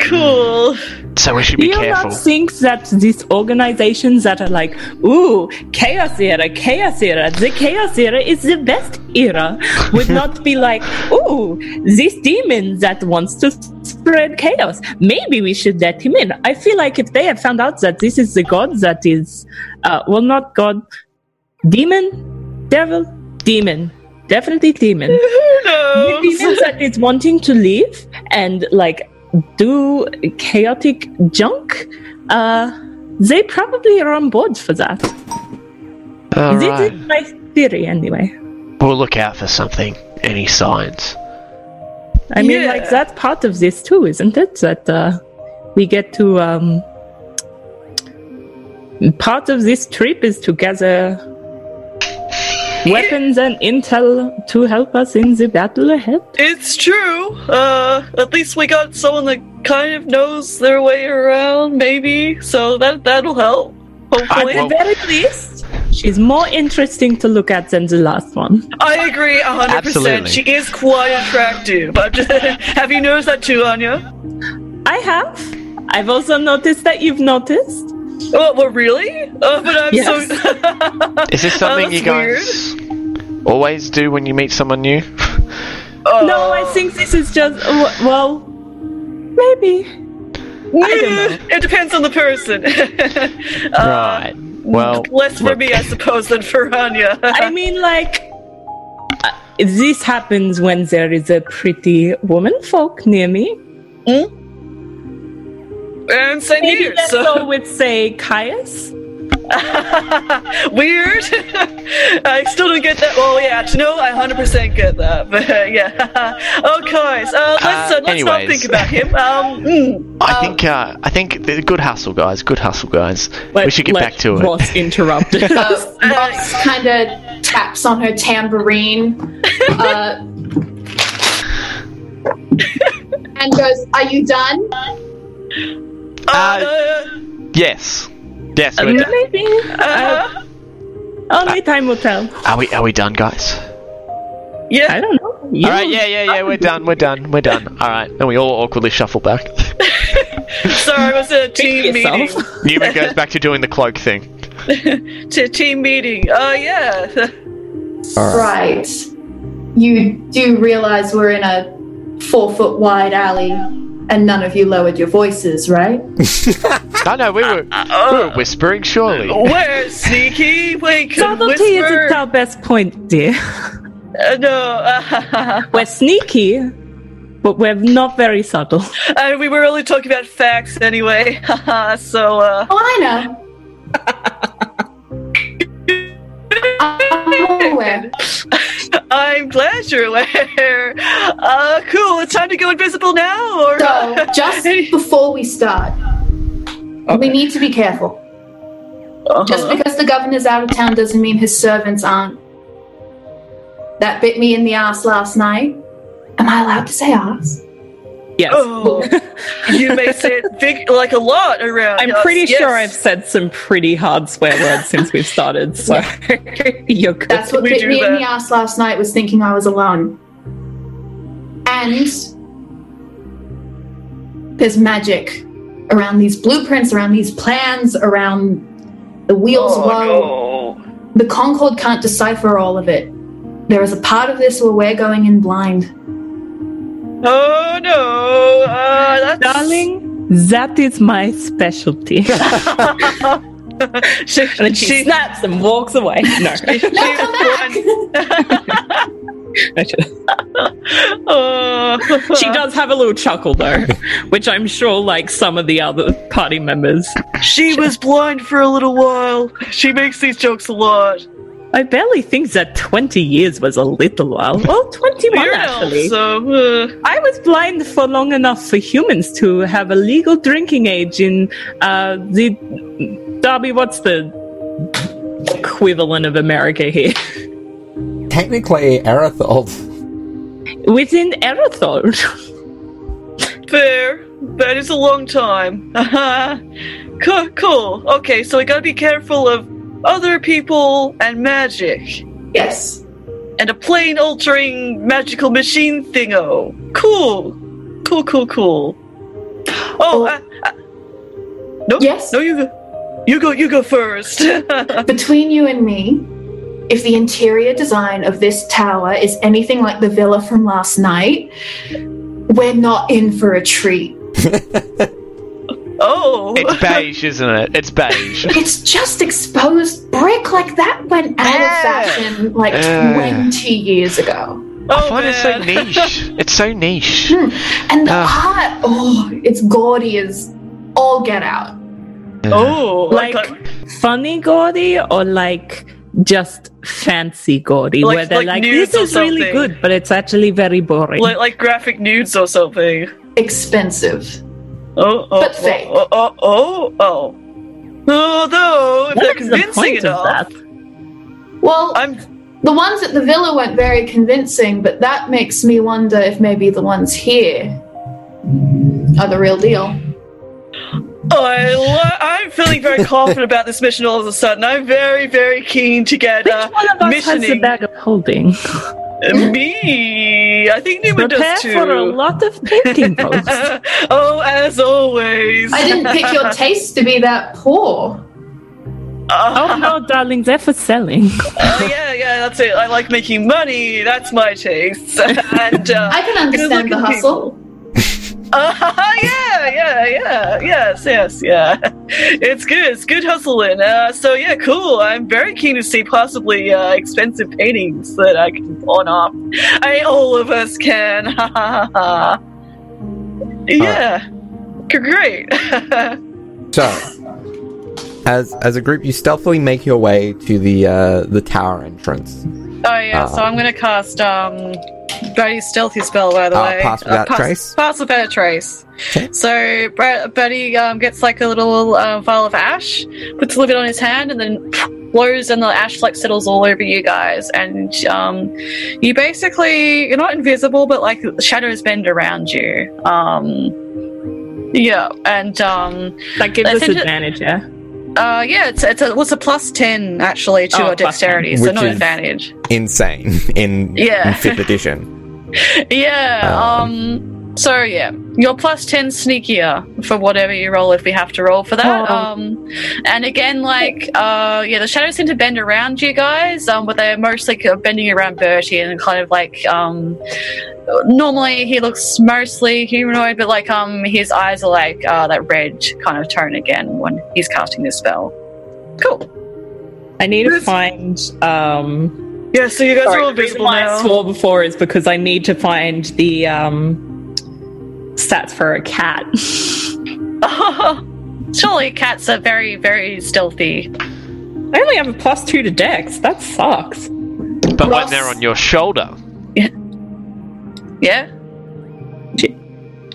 Speaker 6: Cool.
Speaker 7: so we should
Speaker 2: Do
Speaker 7: be
Speaker 2: you
Speaker 7: careful.
Speaker 2: not think that these organizations that are like, ooh, chaos era, chaos era, the chaos era is the best era, would not be like, ooh, this demon that wants to spread chaos, maybe we should let him in. I feel like if they had found out that this is the god that is, uh, well, not god, demon, devil, demon, definitely demon
Speaker 6: Who knows?
Speaker 2: the demon that is wanting to leave and like do chaotic junk, uh, they probably are on board for that.
Speaker 7: All
Speaker 2: this
Speaker 7: right.
Speaker 2: is my theory, anyway.
Speaker 7: We'll look out for something. Any signs?
Speaker 2: I mean,
Speaker 6: Yeah.
Speaker 2: like that's part of this too, isn't it? That uh, we get to um, part of this trip is to gather weapons and intel to help us in the battle ahead.
Speaker 6: It's true. Uh, at least we got someone that kind of knows their way around, maybe. So that that'll help. Hopefully,
Speaker 7: I-
Speaker 2: At the very least, she's more interesting to look at than the last one.
Speaker 6: I agree a hundred percent.
Speaker 7: Absolutely.
Speaker 6: She is quite attractive. But have you noticed that too, Anya?
Speaker 2: I have. I've also noticed that you've noticed.
Speaker 6: Oh, well, really? Oh, but I'm so.
Speaker 7: Is this something you
Speaker 6: Oh, that's
Speaker 7: guys always do when you meet someone new?
Speaker 6: Oh.
Speaker 2: No, I think this is just w- well, maybe. I don't know.
Speaker 6: It depends on the person. uh,
Speaker 7: right. Well,
Speaker 6: Less for
Speaker 7: look,
Speaker 6: me, I suppose, than for Anya.
Speaker 2: I mean, like uh, this happens when there is a pretty woman folk near me.
Speaker 6: and St.
Speaker 2: Maybe
Speaker 6: Peter,
Speaker 2: let's go
Speaker 6: so
Speaker 2: with say Caius.
Speaker 6: weird. I still don't get that. Well, yeah, to know, I 100% get that. But yeah. okay, so uh, let's, uh, let's not
Speaker 7: anyways.
Speaker 6: think about him. Um, mm.
Speaker 7: I think uh, I think th- good hustle, guys. Good hustle, guys. we should get
Speaker 2: let
Speaker 7: back to it.
Speaker 2: Ross interrupt.
Speaker 8: Uh, Ross kind of taps on her tambourine uh, and goes, Are you done?
Speaker 7: Uh, Yes. Yes. We're done.
Speaker 2: maybe.
Speaker 6: uh,
Speaker 2: Uh, only time will tell.
Speaker 7: Are we? Are we done, guys?
Speaker 2: I
Speaker 6: yeah.
Speaker 2: don't know. You-
Speaker 7: All right. Yeah. Yeah. Yeah. We're done. We're done. We're done. All right. Then we all awkwardly shuffle back.
Speaker 6: Sorry, it was a team meeting.
Speaker 2: yourself.
Speaker 7: Newman goes back to doing the cloak thing.
Speaker 6: To team meeting. Oh, yeah.
Speaker 8: Right. You do realize we're in a four foot wide alley and none of you lowered your voices, right?
Speaker 7: No, no, we were, we were whispering, surely.
Speaker 6: We're sneaky. We can
Speaker 2: Subtlety
Speaker 6: whisper.
Speaker 2: isn't our best point, dear.
Speaker 6: Uh, no.
Speaker 2: We're sneaky, but we're not very subtle.
Speaker 6: And we were only talking about facts anyway. so, uh.
Speaker 8: Oh, I know. I'm aware.
Speaker 6: I'm glad you're aware. Uh, cool. It's time to go invisible now, or
Speaker 8: So, just before we start, we need to be careful. Just because the governor's out of town doesn't mean his servants aren't. That bit me in the ass last night. Am I allowed to say ass?
Speaker 2: Yes.
Speaker 6: Oh, you may say it big, like a lot around.
Speaker 2: I'm
Speaker 6: us.
Speaker 2: pretty
Speaker 6: Yes.
Speaker 2: sure I've said some pretty hard swear words since we've started, so you're good.
Speaker 8: That's what
Speaker 6: We
Speaker 8: bit
Speaker 6: do
Speaker 8: me in
Speaker 6: that.
Speaker 8: the ass last night was thinking I was alone. And there's magic around these blueprints, around these plans, around the wheels woe.
Speaker 6: Oh, no.
Speaker 8: The Concord can't decipher all of it. There is a part of this where we're going in blind.
Speaker 6: Oh no! Uh, that's...
Speaker 2: Darling, that is my specialty.
Speaker 6: she,
Speaker 2: and then she,
Speaker 6: she,
Speaker 2: snaps and walks away. No.
Speaker 6: she was born. Oh.
Speaker 2: she does have a little chuckle though, which I'm sure like some of the other party members.
Speaker 6: She was blind for a little while. She makes these jokes a lot.
Speaker 2: I barely think that 20 years was a little while. Well, 21
Speaker 6: You're an elf,
Speaker 2: actually.
Speaker 6: so uh,
Speaker 2: I was blind for long enough for humans to have a legal drinking age in uh, the Derby. What's the equivalent of America here?
Speaker 5: technically Aerithold.
Speaker 2: within Erathon.
Speaker 6: Fair. That is a long time. cool, cool. Okay, so we gotta be careful of other people and magic.
Speaker 8: Yes.
Speaker 6: And a plane altering magical machine thingo. Cool. Cool, cool, cool. Oh,
Speaker 8: Oh.
Speaker 6: uh, uh, no,
Speaker 8: Yes?
Speaker 6: no, you go, you go, you go first.
Speaker 8: Between you and me, if the interior design of this tower is anything like the villa from last night, we're not in for a treat.
Speaker 6: oh,
Speaker 7: It's beige, isn't it? It's beige.
Speaker 8: It's just exposed brick like that went out
Speaker 7: Yeah.
Speaker 8: of fashion like
Speaker 7: Yeah.
Speaker 8: 20 years ago.
Speaker 6: oh
Speaker 7: I find it so
Speaker 6: man.
Speaker 7: niche. It's so niche.
Speaker 8: And the
Speaker 7: Ah.
Speaker 8: art, oh, it's gaudy as all get out.
Speaker 6: Oh,
Speaker 2: Like
Speaker 6: like
Speaker 2: funny gaudy or like just fancy gaudy,
Speaker 6: Like-
Speaker 2: where they're
Speaker 6: like
Speaker 2: like,
Speaker 6: nudes
Speaker 2: this
Speaker 6: or
Speaker 2: is really
Speaker 6: something.
Speaker 2: good, but it's actually very boring.
Speaker 6: like, like graphic nudes or something.
Speaker 8: Expensive.
Speaker 6: Oh, oh,
Speaker 8: But fake.
Speaker 6: oh, oh, oh, oh, oh. Although, if they're
Speaker 2: what is the
Speaker 6: convincing
Speaker 2: point of
Speaker 6: enough,
Speaker 2: that?
Speaker 8: Well,
Speaker 6: I'm.
Speaker 8: the ones at the villa weren't very convincing, but that makes me wonder if maybe the ones here are the real deal.
Speaker 6: I lo- I'm feeling very confident about this mission all of a sudden. I'm very, very keen to get uh,
Speaker 2: One of us has a
Speaker 6: missioning.
Speaker 2: bag of holding.
Speaker 6: Me, I think Newman
Speaker 2: Prepare
Speaker 6: does too.
Speaker 2: for a lot of painting votes.
Speaker 6: oh, as always.
Speaker 8: I didn't pick your taste to be that poor.
Speaker 2: Oh no, darling, they're for selling.
Speaker 6: Oh, yeah, yeah, that's it. I like making money. That's my taste. and uh,
Speaker 8: I can understand the
Speaker 6: good-looking
Speaker 8: hustle.
Speaker 6: Uh, yeah, yeah, yeah, yes, yes, yeah. It's good. It's good hustling. Uh, so yeah, cool. I'm very keen to see possibly uh, expensive paintings that I can pawn off. I all of us can. Ha ha ha. ha. Yeah, G- great.
Speaker 5: So, as as a group, you stealthily make your way to the uh, the tower entrance.
Speaker 9: Oh yeah, so I'm gonna cast um Birdie's stealthy spell by the
Speaker 5: Ah,
Speaker 9: way. Uh,
Speaker 5: pass without trace?
Speaker 9: Pass without trace. So Bra- Birdie um, gets like a little uh, vial of ash, puts a little bit on his hand, and then blows, and the ash like settles all over you guys. And um, you basically you're not invisible, but like shadows bend around you. Um, yeah, and um,
Speaker 2: That gives
Speaker 9: I
Speaker 2: us
Speaker 9: think it-
Speaker 2: advantage, yeah.
Speaker 9: uh, yeah, it's it's a, it's a plus ten actually to
Speaker 2: Oh,
Speaker 9: your
Speaker 2: plus 10.
Speaker 9: dexterity, so
Speaker 5: Which
Speaker 9: not
Speaker 5: is-
Speaker 9: advantage.
Speaker 5: Insane in,
Speaker 9: Yeah.
Speaker 5: in fifth edition.
Speaker 9: Yeah. Um, So yeah, you're plus ten sneakier for whatever you roll if we have to roll for that.
Speaker 2: Oh.
Speaker 9: Um, and again, like uh, yeah, the shadows seem to bend around you guys, um, but they're mostly kind of bending around Bertie and kind of like um, normally he looks mostly humanoid, but like um, his eyes are like uh, that red kind of tone again when he's casting this spell. Cool.
Speaker 2: I need to
Speaker 6: This-
Speaker 2: find um
Speaker 6: yeah, so you guys
Speaker 2: Sorry,
Speaker 6: are all
Speaker 2: the reason
Speaker 6: invisible
Speaker 2: why I
Speaker 6: now.
Speaker 2: swore before is because I need to find the um, stats for a cat.
Speaker 9: Surely cats are very very stealthy.
Speaker 2: I only have a plus two to dex. That sucks.
Speaker 7: But when
Speaker 8: Ross-
Speaker 7: they're on your shoulder,
Speaker 9: Yeah.
Speaker 2: Gee.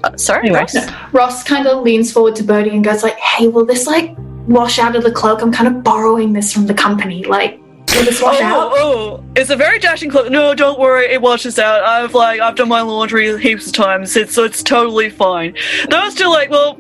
Speaker 9: Uh, sorry,
Speaker 2: Anyway.
Speaker 9: Ross?
Speaker 8: Ross kind of leans forward to Bodhi and goes like, "Hey, will this like wash out of the cloak? I'm kind of borrowing this from the company. Like, will this
Speaker 6: Oh,
Speaker 8: wash out?"
Speaker 6: oh, oh, it's a very dashing cloak. No, don't worry, it washes out. I've like I've done my laundry heaps of times. It's it's totally fine. Though I'm still like, well,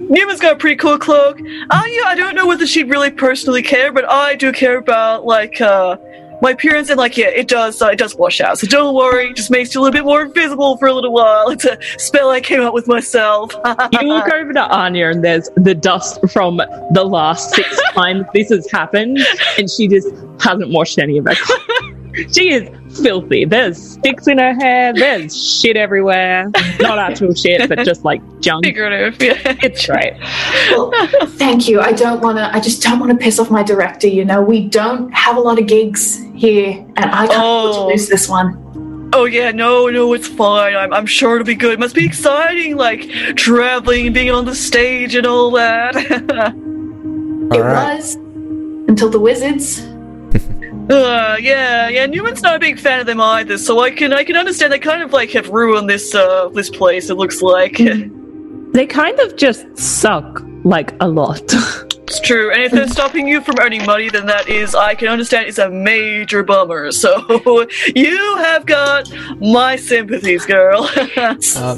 Speaker 6: Newman's got a pretty cool cloak. Uh, yeah, I don't know whether she'd really personally care, but I do care about like uh my appearance and like yeah, it does uh, it does wash out. So don't worry, it just makes you a little bit more invisible for a little while. It's a spell I came up with myself.
Speaker 2: You look over to Anya and there's the dust from the last six times this has happened, and she just hasn't washed any of it. she is filthy. There's sticks in her hair. There's shit everywhere. Not actual shit, but just like junk.
Speaker 9: Figurative, yeah.
Speaker 2: It's great.
Speaker 8: Well, thank you. I don't want to. I just don't want to piss off my director. You know, we don't have a lot of gigs here, and I can't
Speaker 6: Oh.
Speaker 8: afford to lose this one.
Speaker 6: Oh yeah, no, no, it's fine. I'm, I'm sure it'll be good. must be exciting, like traveling and being on the stage and all that.
Speaker 5: All
Speaker 8: it
Speaker 5: right.
Speaker 8: was until the wizards.
Speaker 6: uh, yeah, yeah. Newman's not a big fan of them either, so I can I can understand they kind of like have ruined this uh this place. It looks like.
Speaker 2: They kind of just suck like a lot.
Speaker 6: It's true. And if they're stopping you from earning money, then that is, I can understand, is a major bummer. So you have got my sympathies, girl.
Speaker 5: Uh,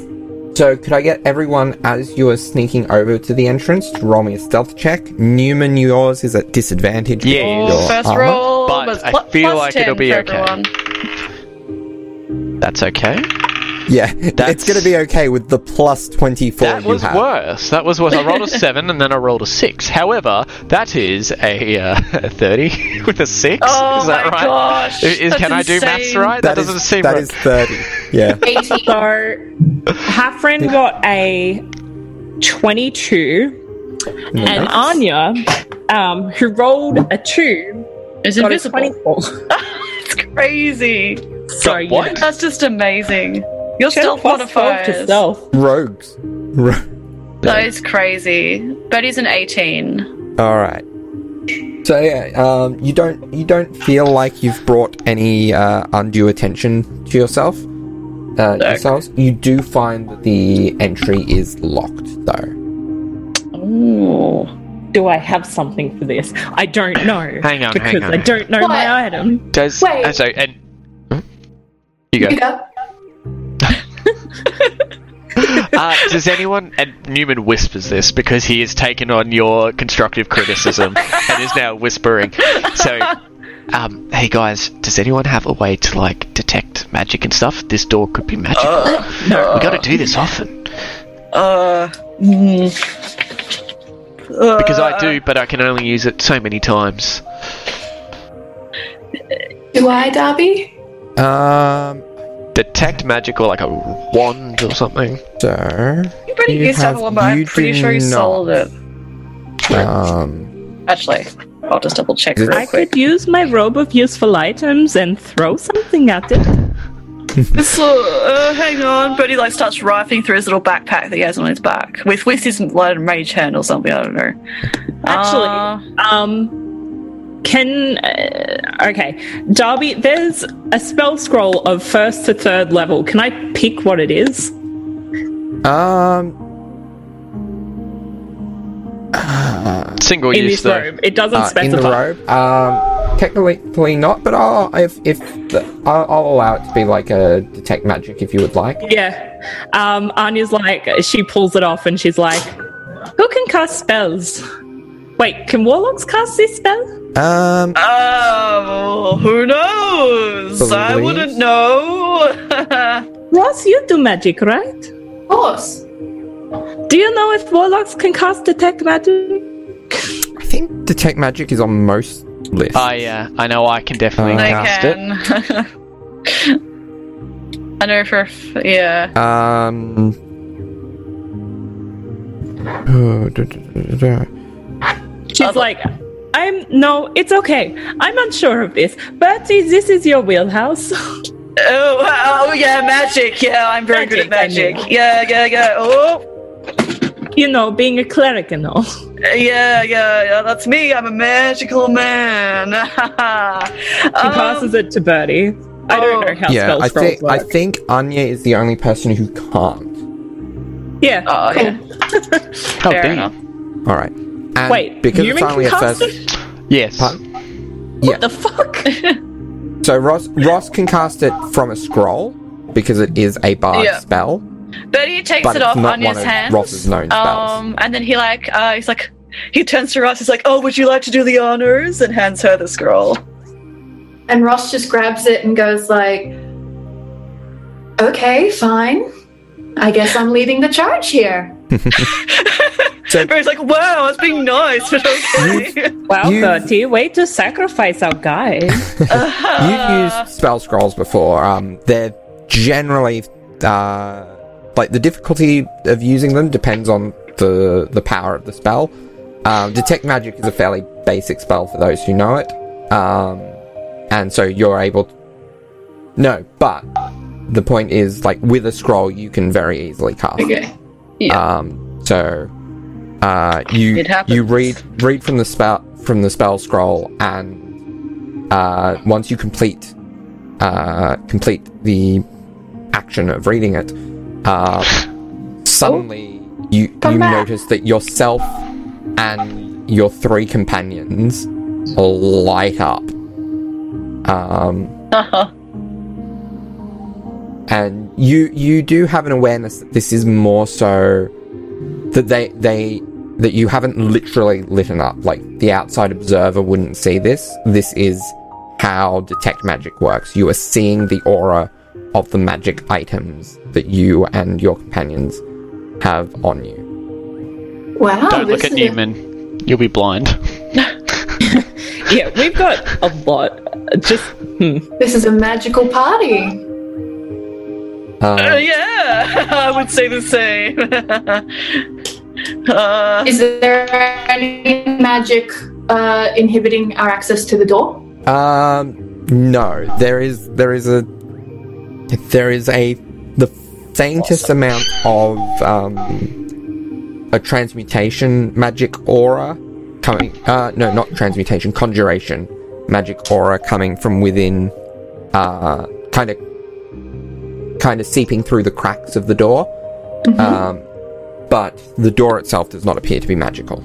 Speaker 5: So, could I get everyone as you are sneaking over to the entrance to roll me a stealth check? Newman, yours is at disadvantage. because
Speaker 7: Yeah, yeah,
Speaker 5: of
Speaker 7: yeah.
Speaker 5: your
Speaker 9: First
Speaker 5: armor.
Speaker 9: roll
Speaker 7: But
Speaker 9: was
Speaker 7: I
Speaker 9: pl-
Speaker 7: feel
Speaker 9: plus
Speaker 7: like it'll
Speaker 9: 10
Speaker 7: be
Speaker 9: for
Speaker 7: okay.
Speaker 9: everyone.
Speaker 7: That's okay.
Speaker 5: Yeah,
Speaker 7: That's-
Speaker 5: it's going to be okay with the plus 24
Speaker 7: That
Speaker 5: you
Speaker 7: was
Speaker 5: have.
Speaker 7: worse. That was worse. I rolled a seven and then I rolled a six. However, that is a, uh, a thirty with a six.
Speaker 6: Oh
Speaker 7: is that
Speaker 6: my
Speaker 7: right?
Speaker 6: gosh,
Speaker 7: I- is-
Speaker 6: that's
Speaker 7: can I do maths
Speaker 6: insane.
Speaker 7: right? That,
Speaker 5: is-
Speaker 7: doesn't seem
Speaker 5: that
Speaker 7: right.
Speaker 5: is 30. Yeah.
Speaker 8: 18.
Speaker 2: So, Hafren got a 22, and Anya, um, who rolled a 2,
Speaker 9: Is
Speaker 2: got
Speaker 9: invisible.
Speaker 2: a 24.
Speaker 6: It's crazy.
Speaker 2: so, you
Speaker 7: what?
Speaker 2: know,
Speaker 6: That's just amazing.
Speaker 9: Your
Speaker 2: she had
Speaker 9: stealth
Speaker 2: plus 12 to
Speaker 9: modifiers.
Speaker 2: stealth.
Speaker 5: Rogues. Ro-
Speaker 9: That is crazy. Betty's an 18.
Speaker 5: All right. So yeah, um, you don't you don't feel like you've brought any uh, undue attention to yourself. Uh, yourselves. You do find that the entry is locked, though.
Speaker 2: Ooh. Do I have something for this? I don't know.
Speaker 7: Hang on,
Speaker 2: Because
Speaker 7: hang on.
Speaker 2: I don't know my item.
Speaker 7: Does
Speaker 8: Wait.
Speaker 7: uh, so and Hmm? you go.
Speaker 8: You go.
Speaker 7: Uh, does anyone and Newman whispers this because he has taken on your constructive criticism and is now whispering. So, um, hey guys, does anyone have a way to like detect magic and stuff? This door could be magical.
Speaker 9: Uh,
Speaker 7: we got to do this often
Speaker 6: Uh,
Speaker 9: mm. Uh,
Speaker 7: because I do, but I can only use it so many times.
Speaker 8: Do I, Darby?
Speaker 5: Um.
Speaker 7: Detect magic or like a wand or something.
Speaker 5: So
Speaker 9: You pretty
Speaker 5: You
Speaker 9: used to have
Speaker 5: have-
Speaker 9: one, but
Speaker 5: you
Speaker 9: I'm pretty
Speaker 5: do
Speaker 9: sure you
Speaker 5: not.
Speaker 9: sold it.
Speaker 5: um.
Speaker 9: Actually, I'll just double check
Speaker 5: Is it-
Speaker 2: I
Speaker 9: real quick.
Speaker 2: could use my robe of useful items and throw something at it.
Speaker 6: so, uh, hang on. Buddy like starts rifling through his little backpack that he has on his back with with his light and rage hand or something. I don't know.
Speaker 2: Actually,
Speaker 9: Uh,
Speaker 2: Um, can uh, okay, Darby? There's a spell scroll of first to third level. Can I pick what it is?
Speaker 5: Um.
Speaker 7: Single
Speaker 2: in this
Speaker 7: use though.
Speaker 2: robe, it doesn't
Speaker 5: uh, in the
Speaker 2: specify.
Speaker 5: robe. Um. Technically not, but I'll if if the, I'll, I'll allow it to be like a detect magic if you would like.
Speaker 2: Yeah, um, Anya's like she pulls it off and she's like, "Who can cast spells? Wait, can warlocks cast this spell?
Speaker 5: Um.
Speaker 6: Uh, Oh, who knows? I
Speaker 5: Believe.
Speaker 6: wouldn't know.
Speaker 2: Ross, you do magic, right?
Speaker 8: Of course.
Speaker 2: Do you know if warlocks can cast detect magic?
Speaker 5: I think detect magic is on most lists.
Speaker 7: I uh, I know I can definitely
Speaker 5: Uh,
Speaker 9: I
Speaker 7: cast it.
Speaker 9: can. I know for a f- yeah.
Speaker 5: Um. uh, duh, duh, duh, duh, duh.
Speaker 2: She's like, I'm no, it's okay. I'm unsure of this. Bertie, this is your wheelhouse.
Speaker 6: Oh, wow, oh yeah, magic. Yeah, I'm very good at
Speaker 2: Magic, I
Speaker 6: magic.
Speaker 2: knew.
Speaker 6: Yeah, yeah, yeah. Oh,
Speaker 2: you know, being a cleric and all.
Speaker 6: yeah, yeah, yeah. That's me. I'm a magical man. um,
Speaker 2: She passes it to Bertie. I don't know how
Speaker 5: yeah,
Speaker 2: spell
Speaker 5: I
Speaker 2: scrolls
Speaker 5: think I
Speaker 2: work.
Speaker 5: think Anya is the only person who can't.
Speaker 2: yeah.
Speaker 5: uh,
Speaker 9: Oh, yeah.
Speaker 7: Oh,
Speaker 9: Fair
Speaker 7: damn.
Speaker 9: enough.
Speaker 5: All right. And
Speaker 2: Wait,
Speaker 5: because
Speaker 2: Newman
Speaker 5: it's only
Speaker 2: can
Speaker 5: at
Speaker 2: cast
Speaker 5: first.
Speaker 2: it?
Speaker 7: Yes.
Speaker 5: Pardon?
Speaker 2: The fuck?
Speaker 5: So Ross Ross can cast it from a scroll because it is a bard
Speaker 9: Yeah.
Speaker 5: spell.
Speaker 9: Betty takes
Speaker 5: But
Speaker 9: it
Speaker 5: it's
Speaker 9: off
Speaker 5: not
Speaker 9: on his
Speaker 5: one of
Speaker 9: hands.
Speaker 5: Ross's known spells.
Speaker 9: um, and then he like uh, he's like,
Speaker 6: he turns to Ross. He's like, "Oh, would you like to do the honors?" And hands her the scroll.
Speaker 8: And Ross just grabs it and goes like, "Okay, fine. I guess I'm leading the charge here."
Speaker 5: So
Speaker 6: Barry's like, "Wow, that's being nice, but okay."
Speaker 2: Wow,
Speaker 5: You-
Speaker 2: Bertie, way to sacrifice our guy.
Speaker 5: you've used spell scrolls before. Um, they're generally uh, like the difficulty of using them depends on the the power of the spell. Um, detect magic is a fairly basic spell for those who know it, um, and so you're able. no, but the point is, like with a scroll, you can very easily cast. it.
Speaker 8: Okay.
Speaker 5: Um, so uh, you
Speaker 9: It happens.
Speaker 5: you read read from the spell from the spell scroll, and uh, once you complete uh, complete the action of reading it, uh, suddenly you
Speaker 8: Come
Speaker 5: you
Speaker 8: back.
Speaker 5: notice that yourself and your three companions light up. Um, and you you do have an awareness that this is more so that they they that you haven't literally lit it up. Like the outside observer wouldn't see this. This is how detect magic works. You are seeing the aura of the magic items that you and your companions have on you.
Speaker 8: Wow.
Speaker 7: Don't look
Speaker 8: this
Speaker 7: at
Speaker 8: is a-
Speaker 7: Newman. You'll be blind.
Speaker 2: Yeah, we've got a lot. Just hmm.
Speaker 8: This is a magical party.
Speaker 6: Uh,
Speaker 5: Um,
Speaker 6: yeah, I would say the same. uh,
Speaker 8: Is there any magic uh, inhibiting our access to the door?
Speaker 5: Um, no, there is there is a there is a the faintest amount of um a transmutation magic aura coming. Uh, no, not transmutation, conjuration magic aura coming from within. Uh, kind of kind of seeping through the cracks of the door. Um, but the door itself does not appear to be magical.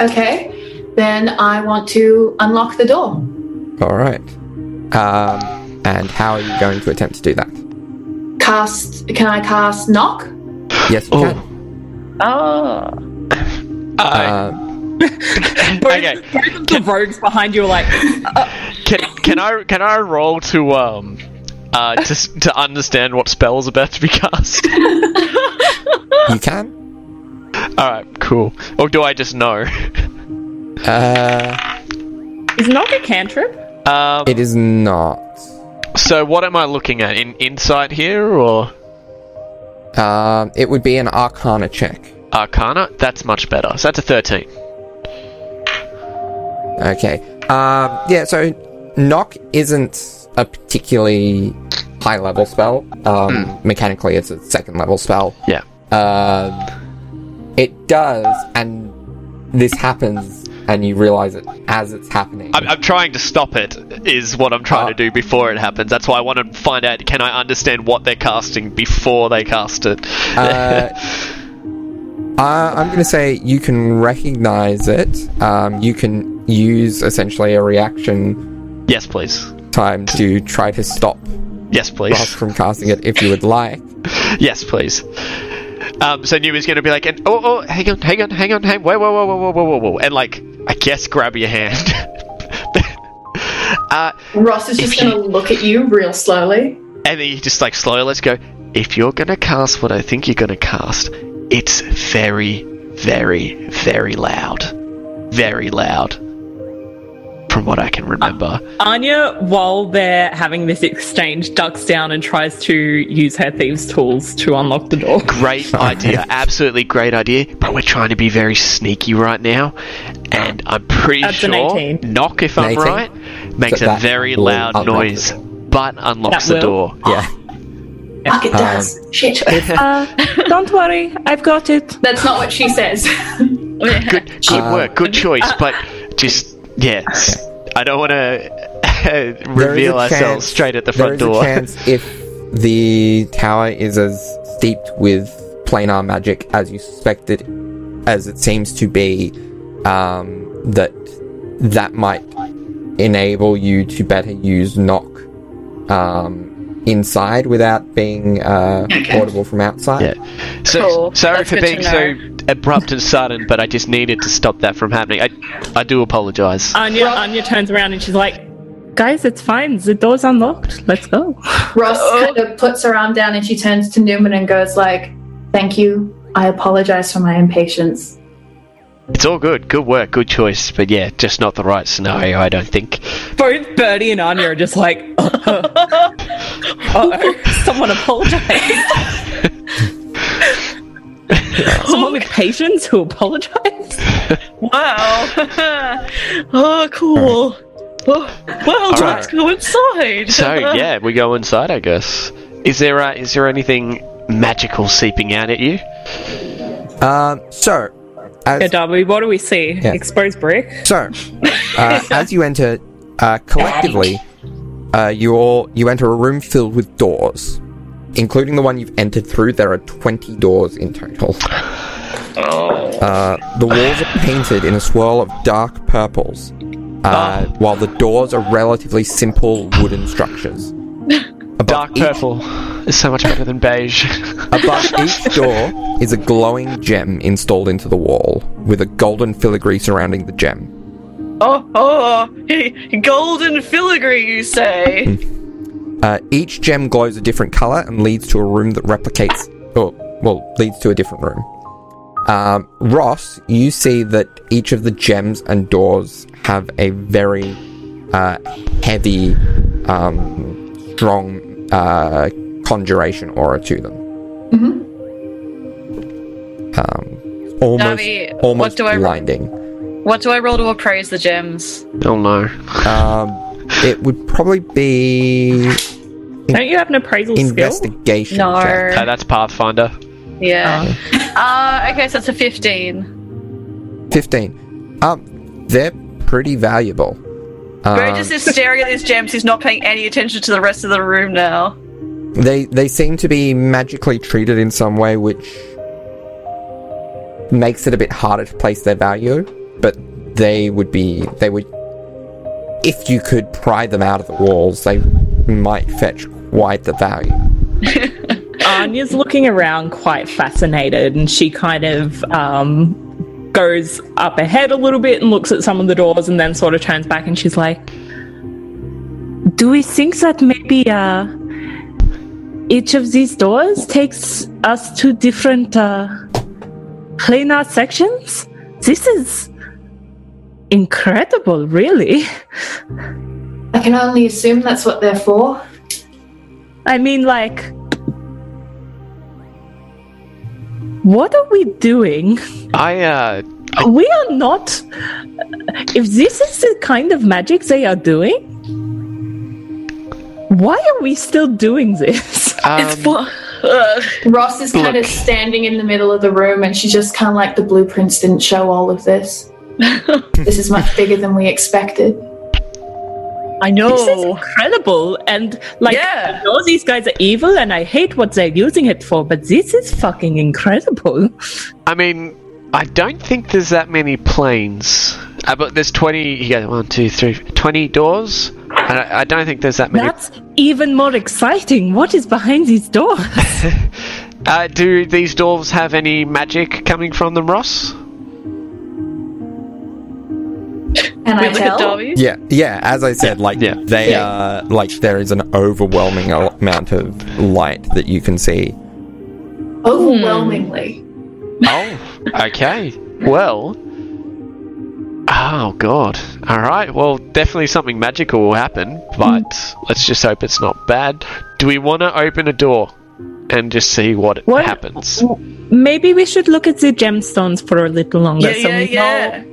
Speaker 8: Okay, then I want to unlock the door.
Speaker 5: All right. Um, and how are you going to attempt to do that?
Speaker 8: Cast. Can I cast knock?
Speaker 5: Yes, you
Speaker 10: Oh.
Speaker 5: can.
Speaker 6: ah.
Speaker 5: Uh,
Speaker 7: okay.
Speaker 2: the rogues behind you are like,
Speaker 7: Can, can I can I roll to um uh to s- to understand what spell is about to be cast?
Speaker 5: you can.
Speaker 7: All right, cool. Or do I just know?
Speaker 5: Uh,
Speaker 2: is knock a cantrip?
Speaker 7: Um,
Speaker 5: it is not.
Speaker 7: so what am I looking at in insight here or
Speaker 5: Um, it would be an Arcana check.
Speaker 7: Arcana? That's much better. So that's a thirteen.
Speaker 5: Okay. Um, yeah. So knock isn't a particularly high level spell. Um, Mechanically, it's a second level spell.
Speaker 7: Yeah.
Speaker 5: Um, it does, and this happens, and you realize it as it's happening.
Speaker 7: I'm, I'm trying to stop it. Is what I'm trying
Speaker 5: Ah.
Speaker 7: to do before it happens. That's why I want to find out. Can I understand what they're casting before they cast it?
Speaker 5: Uh, Uh, I'm going to say you can recognize it. Um, you can use essentially a reaction
Speaker 7: yes, please.
Speaker 5: time to try to stop
Speaker 7: Yes,
Speaker 5: Ross
Speaker 7: please.
Speaker 5: from casting it if you would like.
Speaker 7: Yes, please. Um, so Numa's going to be like, and, oh, oh, hang on, hang on, hang on, hang, wait, whoa, whoa, whoa, whoa, whoa, whoa, whoa, and like, I guess grab your hand. uh,
Speaker 8: Ross is
Speaker 7: If
Speaker 8: just going to
Speaker 7: you-
Speaker 8: look at you real slowly.
Speaker 7: and then you just like slowly let's go. If you're going to cast what I think you're going to cast, it's very, very, very loud, very loud, from what I can remember.
Speaker 2: Anya, while they're having this exchange, ducks down and tries to use her thieves' tools to unlock the door.
Speaker 7: great idea. Absolutely great idea. But we're trying to be very sneaky right now. And I'm pretty
Speaker 2: That's an
Speaker 7: sure
Speaker 2: 18.
Speaker 7: knock if I'm
Speaker 5: 18.
Speaker 7: right makes
Speaker 5: Ah. So
Speaker 7: a
Speaker 5: that
Speaker 7: very
Speaker 5: will
Speaker 7: loud
Speaker 5: unlock the
Speaker 7: noise,
Speaker 5: door.
Speaker 7: but unlocks
Speaker 2: That
Speaker 7: the
Speaker 2: will.
Speaker 7: door.
Speaker 5: Yeah.
Speaker 8: Fuck, it does. Shit.
Speaker 2: Uh, Don't worry, I've got it.
Speaker 8: That's not what she says.
Speaker 7: Good, good
Speaker 5: Uh,
Speaker 7: work, good choice. But just yeah, s- I don't want to
Speaker 5: There is
Speaker 7: reveal
Speaker 5: a
Speaker 7: ourselves
Speaker 5: chance-
Speaker 7: straight at the
Speaker 5: there is
Speaker 7: front
Speaker 5: a
Speaker 7: door.
Speaker 5: chance if the tower is as steeped with planar magic as you suspect it, as it seems to be, um, that that might enable you to better use knock um, inside without being uh, audible from outside.
Speaker 7: Yeah. So
Speaker 11: Cool.
Speaker 7: sorry
Speaker 11: That's
Speaker 7: for
Speaker 11: good to
Speaker 7: being so abrupt and sudden, but I just needed to stop that from happening. I I do apologise.
Speaker 2: Anya, Anya turns around and she's like, "Guys, it's fine. The door's unlocked. Let's go."
Speaker 8: Ross kind of puts her arm down and she turns to Newman and goes like, "Thank you. I apologize for my impatience."
Speaker 7: It's all good. Good work. Good choice. But yeah, just not the right scenario, I don't think.
Speaker 2: Both Bertie and Anya are just like, "Uh-oh, someone apologize." someone with patience who apologizes.
Speaker 6: Wow. oh, cool. Oh, well,
Speaker 7: right.
Speaker 6: let's go inside.
Speaker 7: So yeah, we go inside, I guess. Is there uh, is there anything magical seeping out at you?
Speaker 5: Um, so, as
Speaker 2: Yeah, Darby, what do we see?
Speaker 5: Yeah.
Speaker 2: Exposed brick.
Speaker 5: So, uh, as you enter, uh, collectively, uh, you all you enter a room filled with doors, including the one you've entered through. There are twenty doors in total.
Speaker 7: Oh.
Speaker 5: Uh, the walls are painted in a swirl of dark purples,
Speaker 7: Ah.
Speaker 5: uh, while the doors are relatively simple wooden structures. Above
Speaker 7: Dark
Speaker 5: each-
Speaker 7: purple is so much better than beige.
Speaker 5: Above each door is a glowing gem installed into the wall, with a golden filigree surrounding the gem.
Speaker 6: Oh, oh, golden filigree, you
Speaker 7: Hmm.
Speaker 6: say?
Speaker 5: Uh, each gem glows a different color and leads to a room that replicates, or well, leads to a different room. Um, Ross, you see that each of the gems and doors have a very uh, heavy, um, strong uh, conjuration aura to them. Um, almost,
Speaker 4: Darby, what
Speaker 5: almost
Speaker 4: do I roll?
Speaker 5: blinding.
Speaker 4: What do I roll to appraise the gems?
Speaker 7: oh no.
Speaker 5: Um, it would probably be
Speaker 2: Don't you have an appraisal skill?
Speaker 5: investigation.
Speaker 4: No.
Speaker 5: check.
Speaker 7: No, that's Pathfinder.
Speaker 4: Yeah. Uh, okay, so it's a 15.
Speaker 5: Fifteen. Um, they're pretty valuable. Um,
Speaker 7: Uh.
Speaker 6: Burgess is staring at these gems. He's not paying any attention to the rest of the room now.
Speaker 5: They they seem to be magically treated in some way, which makes it a bit harder to place their value. But they would be they would if you could pry them out of the walls, they might fetch quite the value.
Speaker 2: Anya's looking around quite fascinated and she kind of um, goes up ahead a little bit and looks at some of the doors and then sort of turns back and she's like, Do we think that maybe uh, each of these doors takes us to different uh, planar sections? This is incredible, really.
Speaker 8: I can only assume that's what they're for.
Speaker 2: I mean, like, what are we doing?
Speaker 7: I uh
Speaker 2: We are not. If this is the kind of magic they are doing, why are we still doing this?
Speaker 7: um,
Speaker 6: It's for. Uh,
Speaker 8: Ross is kind
Speaker 7: Look.
Speaker 8: of standing in the middle of the room and she's just kind of like, the blueprints didn't show all of this. this is much bigger than we expected.
Speaker 6: I
Speaker 2: This is
Speaker 6: know.
Speaker 2: incredible, and like,
Speaker 6: Yeah.
Speaker 2: I know these guys are evil, and I hate what they're using it for, but this is fucking incredible.
Speaker 7: I mean, I don't think there's that many planes. Uh, but there's 20, you go one, two, three, 20 doors. And I, I don't think there's that many.
Speaker 2: That's even more exciting. What is behind these doors?
Speaker 7: Uh, do these doors have any magic coming from them, Ross?
Speaker 8: And I
Speaker 4: Look at
Speaker 8: tell.
Speaker 4: Darby.
Speaker 5: Yeah, yeah. As I said, like
Speaker 7: yeah.
Speaker 5: they
Speaker 8: Yeah.
Speaker 5: are like there is an overwhelming al- amount of light that you can see.
Speaker 8: Overwhelmingly.
Speaker 7: Oh, okay. Well. Oh, God. Alright, well, definitely something magical will happen, but let's just hope it's not bad. Do we want to open a door and just see what,
Speaker 2: What-
Speaker 7: happens?
Speaker 2: Maybe we should look at the gemstones for a little longer.
Speaker 6: Yeah,
Speaker 2: so
Speaker 6: yeah,
Speaker 2: we
Speaker 6: yeah.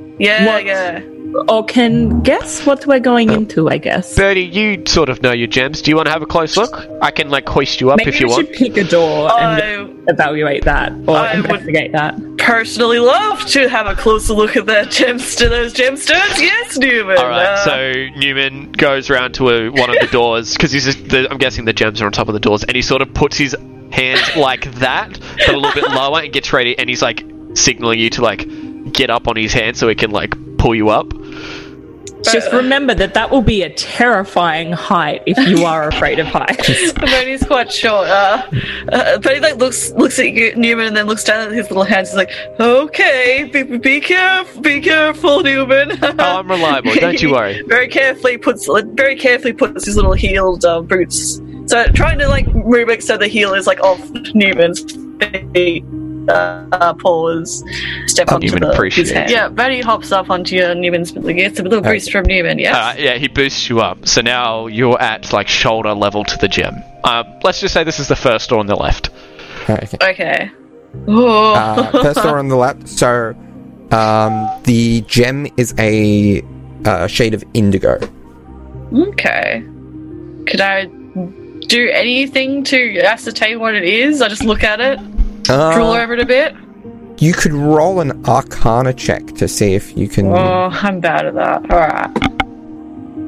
Speaker 6: Yeah,
Speaker 2: what-
Speaker 6: yeah.
Speaker 2: Know, or can guess what we're going into, I guess.
Speaker 7: Bertie, you sort of know your gems. Do you want to have a close look? I can, like, hoist you up
Speaker 2: Maybe
Speaker 7: if you
Speaker 2: we
Speaker 7: want.
Speaker 2: should pick a door and
Speaker 6: I
Speaker 2: evaluate that or
Speaker 6: I would-
Speaker 2: investigate that.
Speaker 6: personally love to have a closer look at that gems to those gemstones. Yes, Newman.
Speaker 7: All right.
Speaker 6: Uh,
Speaker 7: so Newman goes round to a, one of the doors because he's just the, I'm guessing the gems are on top of the doors, and he sort of puts his hand like that, but a little bit lower, and gets ready, and he's like signaling you to like get up on his hand so he can like pull you up.
Speaker 2: Just remember that that will be a terrifying height if you are afraid of heights.
Speaker 6: Bernie's quite short. Uh, uh, Bernie like looks looks at you- Newman and then looks down at his little hands. He's like, "Okay, be, be careful, be careful, Newman." oh,
Speaker 7: I'm reliable, don't you worry.
Speaker 6: very carefully puts very carefully puts his little heeled uh, boots. So trying to like move it so the heel is like off Newman's feet. Uh, uh, paws step onto
Speaker 7: Newman
Speaker 6: the,
Speaker 7: appreciates
Speaker 6: his hand.
Speaker 7: it.
Speaker 4: Yeah, Betty hops up onto your Newman's. Gets a little boost from Newman, yes?
Speaker 7: All right, Uh, yeah, he boosts you up, so now you're at like shoulder level to the gem. Um, let's just say this is the first door on the left.
Speaker 5: Okay.
Speaker 4: Okay. Oh.
Speaker 5: Uh, first door on the left. So, um, the gem is a uh, shade of indigo.
Speaker 4: Okay. Could I do anything to ascertain what it is? I just look at it, draw
Speaker 5: Uh,
Speaker 4: over it a bit.
Speaker 5: you could roll an Arcana check to see if you can.
Speaker 4: Oh, I'm bad at that. All right.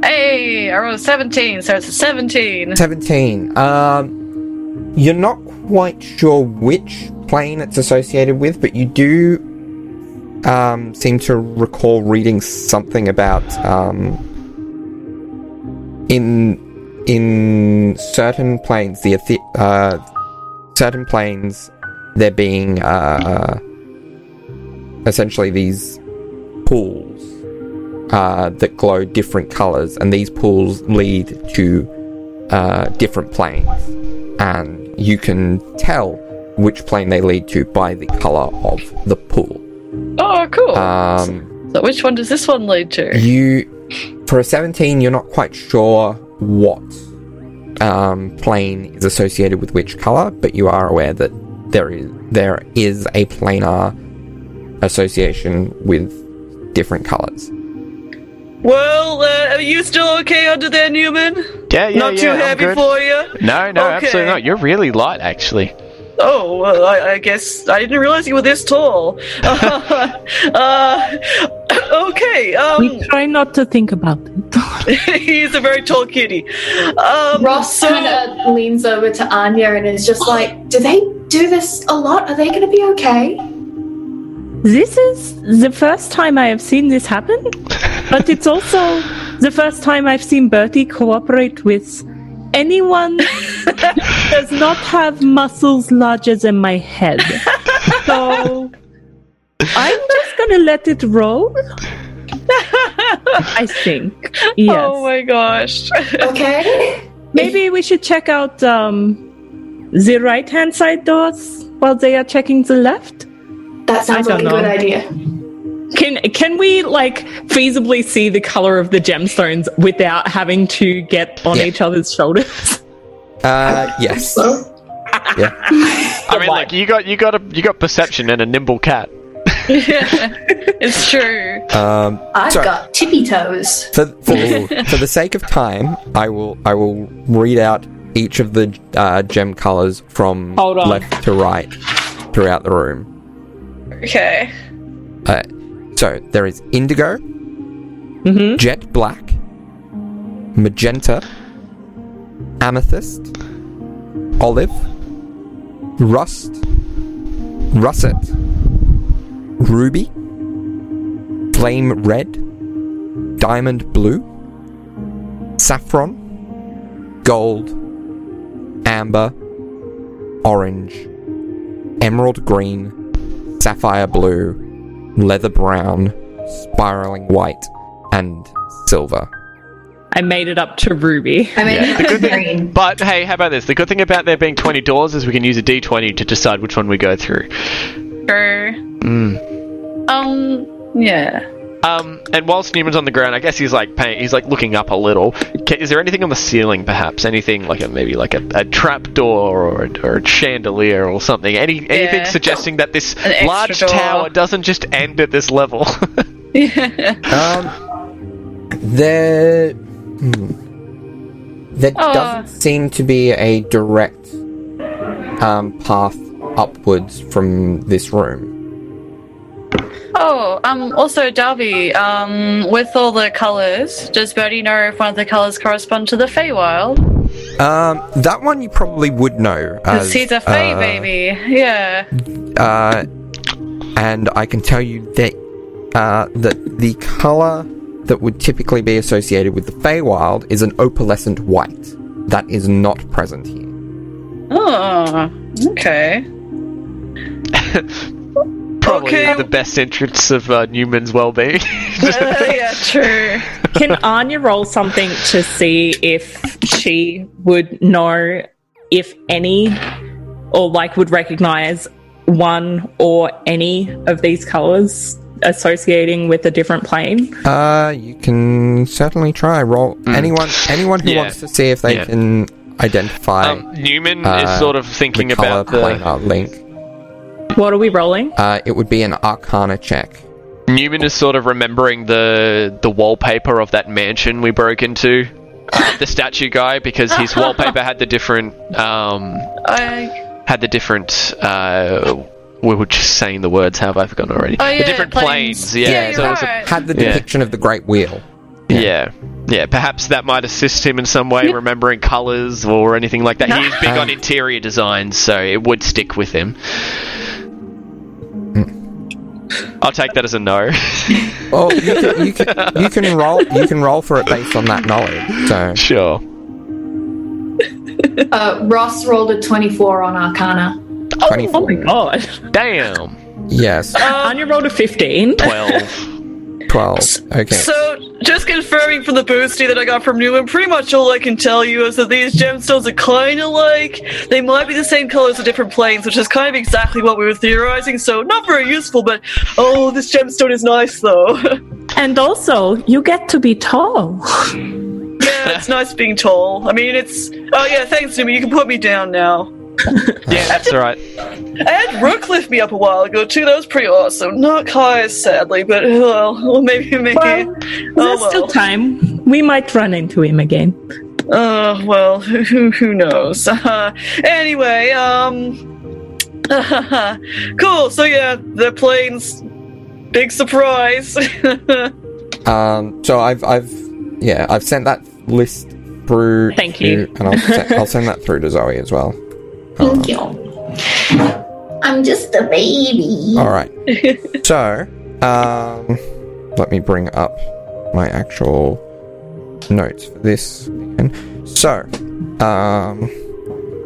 Speaker 4: Hey, I rolled a 17, so it's a 17.
Speaker 5: 17. Um, you're not quite sure which plane it's associated with, but you do um, seem to recall reading something about um, in in certain planes the athe- uh, certain planes there being uh, essentially these pools uh, that glow different colors, and these pools lead to uh, different planes, and you can tell which plane they lead to by the color of the pool.
Speaker 9: Oh, cool.
Speaker 7: Uh.
Speaker 5: Um,
Speaker 9: so which one does this one lead to?
Speaker 5: you, for a 17, you're not quite sure what um, plane is associated with which color, but you are aware that there is there is a planar association with different colors.
Speaker 6: Well, uh, are you still okay under there, Newman?
Speaker 7: Yeah, yeah,
Speaker 6: Not
Speaker 7: yeah,
Speaker 6: too
Speaker 7: I'm
Speaker 6: heavy
Speaker 7: good.
Speaker 6: for you.
Speaker 7: No, no,
Speaker 6: Okay.
Speaker 7: absolutely not. You're really light, actually.
Speaker 6: Oh, well, I, I guess I didn't realize you were this tall. uh, okay. Um,
Speaker 2: We try not to think about it.
Speaker 6: he's a very tall kitty. Um,
Speaker 8: Ross
Speaker 6: so-
Speaker 8: kind of leans over to Anya and is just like, "Do they do this a lot? Are they going to be okay?"
Speaker 2: this is the first time I have seen this happen, but it's also the first time I've seen Bertie cooperate with anyone that does not have muscles larger than my head. So I'm just gonna let it roll. I think. Yes.
Speaker 9: Oh my gosh.
Speaker 8: Okay.
Speaker 2: Maybe we should check out um, the right hand side doors while they are checking the left.
Speaker 8: That sounds
Speaker 2: I
Speaker 8: like a
Speaker 2: don't
Speaker 8: good
Speaker 2: know.
Speaker 8: idea.
Speaker 2: Can can we like feasibly see the color of the gemstones without having to get on
Speaker 5: Yeah.
Speaker 2: each other's shoulders?
Speaker 5: Uh, yes.
Speaker 8: So,
Speaker 7: I mean, like you got you got a you got perception and a nimble cat.
Speaker 9: It's true.
Speaker 5: Um,
Speaker 8: I've
Speaker 5: Sorry.
Speaker 8: got tippy toes.
Speaker 5: for, for, for the sake of time, I will I will read out each of the uh, gem colors from
Speaker 2: Hold on.
Speaker 5: left to right throughout the room.
Speaker 9: Okay.
Speaker 5: Uh, so there is indigo,
Speaker 2: Mm-hmm.
Speaker 5: jet black, magenta, amethyst, olive, rust, russet, ruby, flame red, diamond blue, saffron, gold, amber, orange, emerald green, sapphire blue, leather brown, spiraling white, and silver.
Speaker 2: I made it up to Ruby.
Speaker 8: I mean, green.
Speaker 7: But hey, how about this? The good thing about there being 20 doors is we can use a d20 to decide which one we go through. Mm.
Speaker 9: True. Um, yeah.
Speaker 7: Um, and whilst Newman's on the ground, I guess he's like paying, he's like looking up a little. Ca is there anything on the ceiling, perhaps? Anything like a maybe like a, a trap door or a, or a chandelier or something? Any anything
Speaker 9: Yeah.
Speaker 7: suggesting that this
Speaker 9: extra
Speaker 7: large
Speaker 9: door.
Speaker 7: tower doesn't just end at this level?
Speaker 5: Um, there, hmm, there
Speaker 9: Oh.
Speaker 5: doesn't seem to be a direct um, path upwards from this room.
Speaker 9: Oh, um, also, Darby, um, with all the colours, does Bertie know if one of the colours correspond to the Feywild?
Speaker 5: Um, that one you probably would know.
Speaker 9: Because
Speaker 5: as,
Speaker 9: he's a Fey
Speaker 5: uh,
Speaker 9: baby. Yeah.
Speaker 5: Uh, and I can tell you that uh, that the color that would typically be associated with the Feywild is an opalescent white. That is not present here.
Speaker 9: Oh, okay.
Speaker 7: Probably
Speaker 6: Okay.
Speaker 7: the best entrance of uh, Newman's well-being.
Speaker 9: Uh, yeah, true.
Speaker 2: Can Anya roll something to see if she would know if any or like would recognize one or any of these colors associating with a different plane?
Speaker 5: Uh, you can certainly try. Roll anyone anyone who
Speaker 7: Hmm. Yeah.
Speaker 5: wants to see if they
Speaker 7: Yeah.
Speaker 5: can identify
Speaker 7: um, Newman
Speaker 5: Uh,
Speaker 7: is sort of thinking
Speaker 5: the color
Speaker 7: about the
Speaker 5: planar link.
Speaker 2: What are we rolling?
Speaker 5: Uh, it would be an Arcana check.
Speaker 7: Newman is sort of remembering the the wallpaper of that mansion we broke into, Uh, the statue guy, because his wallpaper had the different um,
Speaker 9: I,
Speaker 7: had the different. Uh, we were just saying the words. How have I forgotten already?
Speaker 9: oh, yeah.
Speaker 7: the different planes. Yeah,
Speaker 9: yeah you're
Speaker 7: so it was a-
Speaker 9: right.
Speaker 5: Had the
Speaker 7: Yeah.
Speaker 5: depiction of the Great Wheel.
Speaker 7: yeah. yeah, Perhaps that might assist him in some way, remembering colours or anything like that. He is big on interior design, so it would stick with him. I'll take that as a no.
Speaker 5: Oh, you can, you can, you can roll. You can roll for it based on that knowledge. So
Speaker 7: sure.
Speaker 8: Uh, Ross rolled a 24 on Arcana.
Speaker 2: Oh my
Speaker 5: twenty-four.
Speaker 2: god.
Speaker 7: Damn.
Speaker 5: Yes,
Speaker 2: Anya rolled a 15.
Speaker 7: Twelve.
Speaker 5: twelve. Okay.
Speaker 6: So, just confirming from the boosty that I got from Newman, pretty much all I can tell you is that these gemstones are kind of like they might be the same color as the different planes, which is kind of exactly what we were theorizing. So, not very useful, but oh, this gemstone is nice though.
Speaker 2: And also, you get to be tall.
Speaker 6: yeah, it's nice being tall. I mean, it's oh yeah, thanks Newman. You can put me down now.
Speaker 7: Yeah, that's all right.
Speaker 6: I had Rook lift me up a while ago too. That was pretty awesome. Not Kai, sadly, but well, well maybe maybe. Oh,
Speaker 2: Well, There's
Speaker 6: well.
Speaker 2: still time. We might run into him again.
Speaker 6: Uh, well, who- who who knows? anyway, um, cool. So yeah, the planes. Big surprise.
Speaker 5: Um. So I've I've yeah I've sent that list through.
Speaker 2: Thank you.
Speaker 5: to- And I'll se- I'll send that through to Zoe as well.
Speaker 8: Thank you. I'm just a baby.
Speaker 5: All right. so, um, let me bring up my actual notes for this. So, um,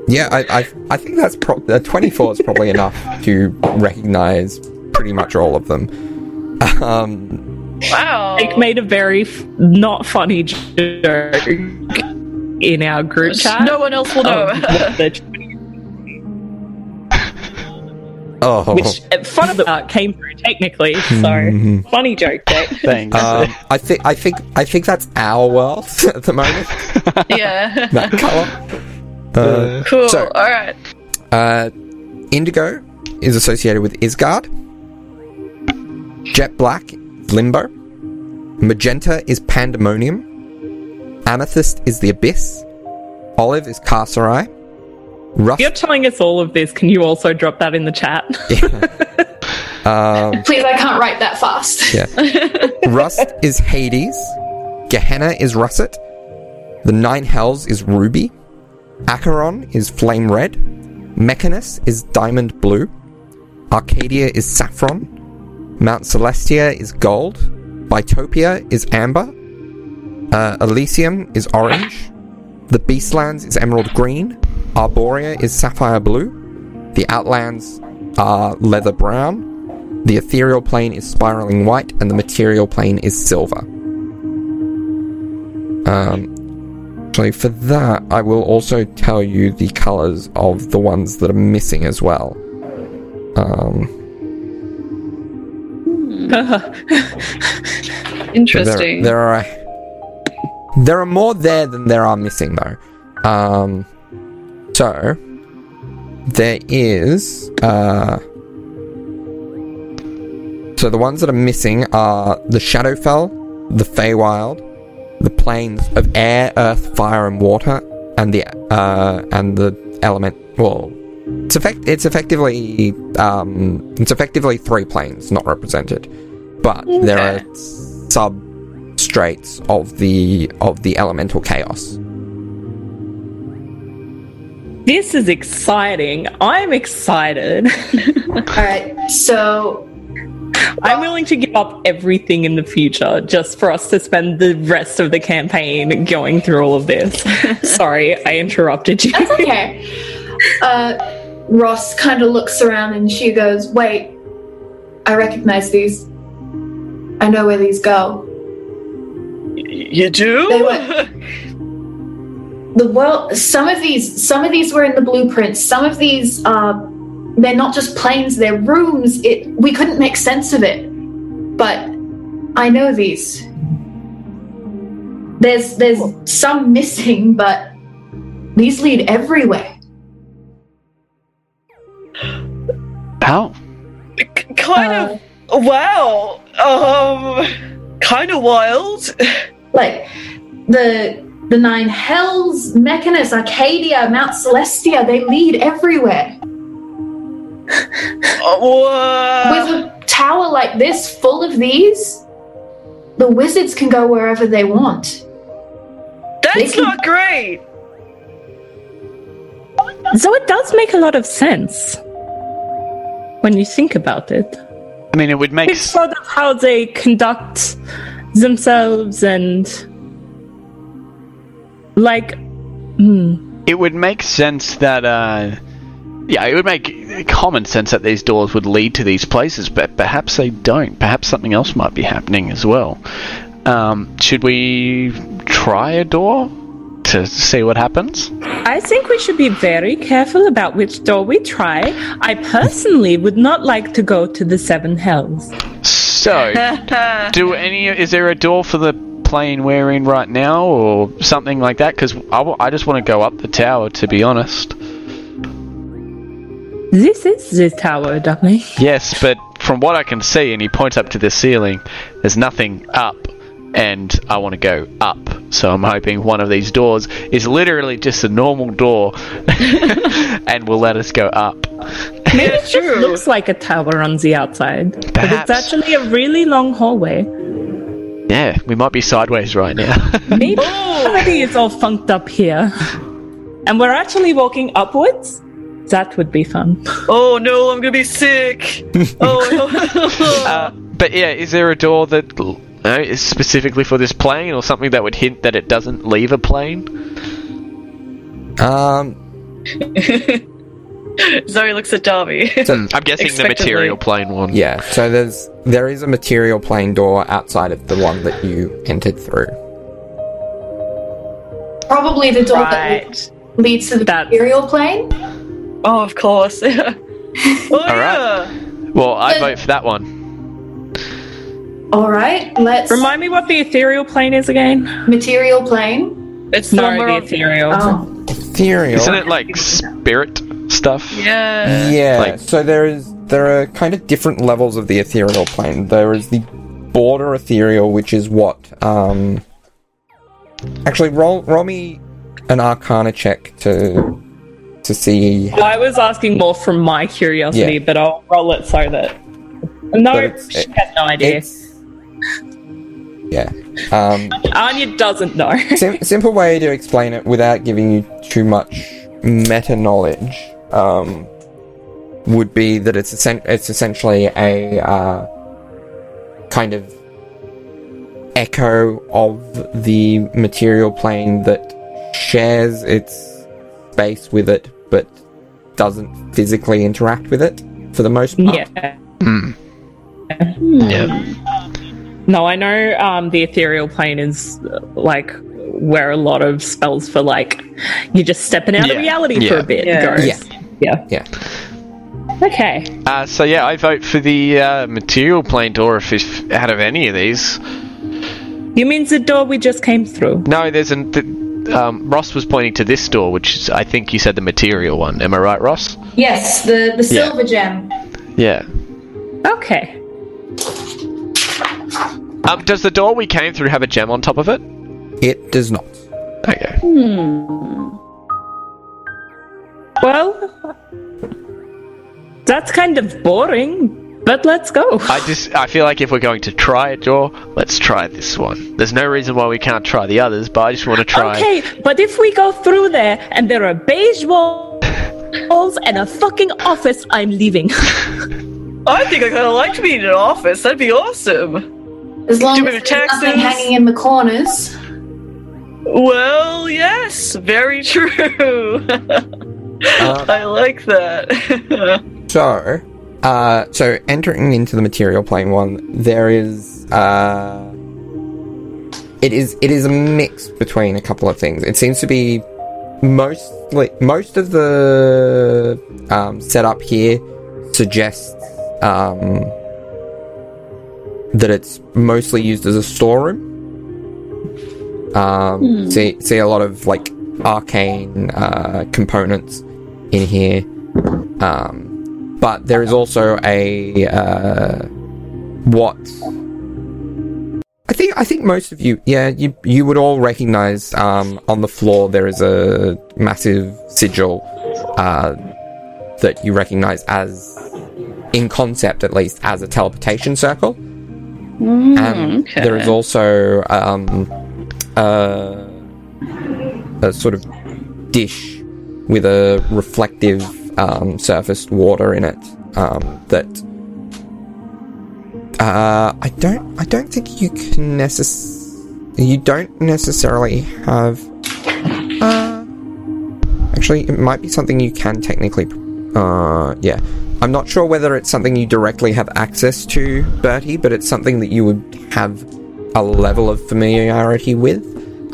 Speaker 5: yeah, I, I, I think that's pro- the 24 is probably enough to recognize pretty much all of them. Um,
Speaker 9: Wow.
Speaker 6: Oh.
Speaker 2: Jake made a very f- not funny joke in our group chat.
Speaker 9: No one else will know.
Speaker 2: Um, the-
Speaker 5: oh,
Speaker 2: which uh, fun of the uh, came through technically. So funny joke, Jake.
Speaker 12: Thanks.
Speaker 5: um, I think I think I think that's our world at the moment.
Speaker 9: yeah.
Speaker 5: That color. Uh,
Speaker 9: cool.
Speaker 5: So-
Speaker 9: All right.
Speaker 5: Uh, indigo is associated with Isgard. Jet black, limbo. Magenta is pandemonium. Amethyst is the abyss. Olive is carcerai. Rust.
Speaker 2: You're telling us all of this. Can you also drop that in the chat?
Speaker 5: Um,
Speaker 8: Please, I can't write that fast.
Speaker 5: yeah. Rust is Hades. Gehenna is russet. The Nine Hells is ruby. Acheron is flame red. Mechanus is diamond blue. Arcadia is saffron. Mount Celestia is gold. Bitopia is amber. Uh, Elysium is orange. The Beastlands is emerald green. Arborea is sapphire blue. The Outlands are leather brown. The ethereal plane is spiraling white, and the material plane is silver. Um, actually, for that, I will also tell you the colors of the ones that are missing as well. Um, there,
Speaker 9: Interesting.
Speaker 5: there are there are more there than there are missing, though. Um, so there is uh, so the ones that are missing are the Shadowfell, the Feywild, the plains of air, earth, fire, and water, and the uh, and the element. Well, it's effect. It's effectively um, it's effectively three planes not represented, but there are substrates of the of the elemental chaos.
Speaker 2: this is exciting. I'm excited.
Speaker 8: All right. So
Speaker 2: I'm willing to give up everything in the future just for us to spend the rest of the campaign going through all of this. Sorry, I interrupted you.
Speaker 8: That's okay. Uh, Ross kind of looks around and she goes, Wait, I recognize these. I know where these go.
Speaker 6: you do?
Speaker 8: They were- The world, some of these, some of these were in the blueprints. Some of these are, they're not just planes, they're rooms. It, we couldn't make sense of it. But I know these. There's, there's some missing, but these lead everywhere.
Speaker 12: How?
Speaker 6: K- kind
Speaker 2: Oh.
Speaker 6: of. Wow. Um. Kind of wild.
Speaker 8: like the the nine hells, Mechanus, Arcadia, Mount Celestia, they lead everywhere.
Speaker 2: Oh.
Speaker 6: Wow.
Speaker 8: With a tower like this full of these, the wizards can go wherever they want.
Speaker 6: That's
Speaker 8: can-
Speaker 6: not great.
Speaker 2: So it does make a lot of sense when you think about it.
Speaker 7: I mean, it would make.
Speaker 2: It's sort of how they conduct themselves and like. Hmm.
Speaker 7: It would make sense that. Uh, yeah, it would make common sense that these doors would lead to these places, but perhaps they don't. Perhaps something else might be happening as well. Um, should we try a door to see what happens?
Speaker 2: I think we should be very careful about which door we try. I personally would not like to go to the Seven Hells.
Speaker 7: So, do any? Is there a door for the plane we're in right now, or something like that? Because I, w- I just want to go up the tower, to be honest.
Speaker 2: This is the tower, Dublin.
Speaker 7: Yes, but from what I can see, and he points up to the ceiling, there's nothing up, and I want to go up. So I'm hoping one of these doors is literally just a normal door and will let us go up.
Speaker 2: Maybe it just looks like a tower on the outside, but
Speaker 7: Perhaps.
Speaker 2: it's actually a really long hallway.
Speaker 7: Yeah, we might be sideways right now.
Speaker 2: Maybe somebody is all funked up here, and we're actually walking upwards. That would be fun.
Speaker 6: Oh no, I'm gonna be sick. oh,
Speaker 7: but yeah, is there a door that l- no, is specifically for this plane, or something that would hint that it doesn't leave a plane?
Speaker 5: Um,
Speaker 4: Zoe looks at Darby.
Speaker 5: so,
Speaker 7: I'm guessing the
Speaker 4: Expectantly.
Speaker 7: material plane one.
Speaker 5: Hmm. yeah, so there's there is a material plane door outside of the one that you entered through.
Speaker 8: Probably the door that
Speaker 2: Right.
Speaker 8: le- leads to the
Speaker 2: That's-
Speaker 8: material plane.
Speaker 4: oh, of course. oh, yeah.
Speaker 7: Well, I
Speaker 8: Uh,
Speaker 7: vote for that one.
Speaker 8: All right, let's
Speaker 2: Remind me what the ethereal plane is again.
Speaker 8: material plane.
Speaker 4: It's the
Speaker 2: No,
Speaker 4: one
Speaker 2: the
Speaker 4: where-
Speaker 2: ethereal.
Speaker 8: Oh,
Speaker 5: Ethereal.
Speaker 7: Isn't it like spirit stuff?
Speaker 4: Yeah.
Speaker 5: Yeah.
Speaker 7: Like-
Speaker 5: so there is there are kind of different levels of the ethereal plane. There is the border ethereal, which is what um actually roll roll me an arcana check to to see
Speaker 2: I was asking more from my curiosity,
Speaker 5: Yeah.
Speaker 2: but I'll roll it so that.
Speaker 5: But
Speaker 2: No,
Speaker 5: it's-
Speaker 2: she has no idea.
Speaker 5: it's yeah. Um,
Speaker 2: Anya doesn't know.
Speaker 5: sim- simple way to explain it without giving you too much meta knowledge um, would be that it's essen- it's essentially a uh, kind of echo of the material plane that shares its space with it, but doesn't physically interact with it for the most part.
Speaker 2: yeah.
Speaker 7: Yeah.
Speaker 2: No, I know um, the ethereal plane is uh, like where a lot of spells for like you're just stepping out of
Speaker 7: Yeah.
Speaker 2: reality for
Speaker 7: Yeah.
Speaker 2: a bit.
Speaker 4: Yeah.
Speaker 2: Goes.
Speaker 5: Yeah.
Speaker 2: Yeah.
Speaker 5: Yeah.
Speaker 2: Okay.
Speaker 7: Uh, so yeah, I vote for the uh, material plane door if, if out of any of these.
Speaker 2: You mean the door we just came through?
Speaker 7: No, there's an. Th- um, Ross was pointing to this door, which is, I think you said the material one. Am I right, Ross?
Speaker 8: yes, the the silver gem.
Speaker 7: Yeah.
Speaker 2: Okay.
Speaker 7: Um, does the door we came through have a gem on top of it?
Speaker 5: It does not.
Speaker 7: Okay.
Speaker 2: Well, that's kind of boring, but let's go.
Speaker 7: I just I feel like if we're going to try a door, let's try this one. There's no reason why we can't try the others, but I just want to try.
Speaker 2: Okay, but if we go through there and there are beige walls and a fucking office, I'm leaving.
Speaker 6: I think I kind of like to be in an office. That'd be awesome.
Speaker 8: As long
Speaker 6: Do
Speaker 8: as
Speaker 6: it with
Speaker 8: there's nothing
Speaker 6: taxes.
Speaker 8: hanging in the corners.
Speaker 6: Well, yes, very true. I like that.
Speaker 5: So, uh, so entering into the material plane one, there is uh, it is it is a mix between a couple of things. It seems to be mostly most of the um, setup here suggests um, that it's mostly used as a storeroom. Um, See see a lot of like arcane uh, components in here. Um, but there is also a uh, what I think I think most of you yeah you you would all recognize um, on the floor there is a massive sigil uh, that you recognize as in concept at least as a teleportation circle and there is also um, uh, a sort of dish with a reflective um, surfaced water in it um, that Uh, I don't. I don't think you can necess- You don't necessarily have. Uh, actually, it might be something you can technically. Uh, yeah. I'm not sure whether it's something you directly have access to, Bertie, but it's something that you would have a level of familiarity with.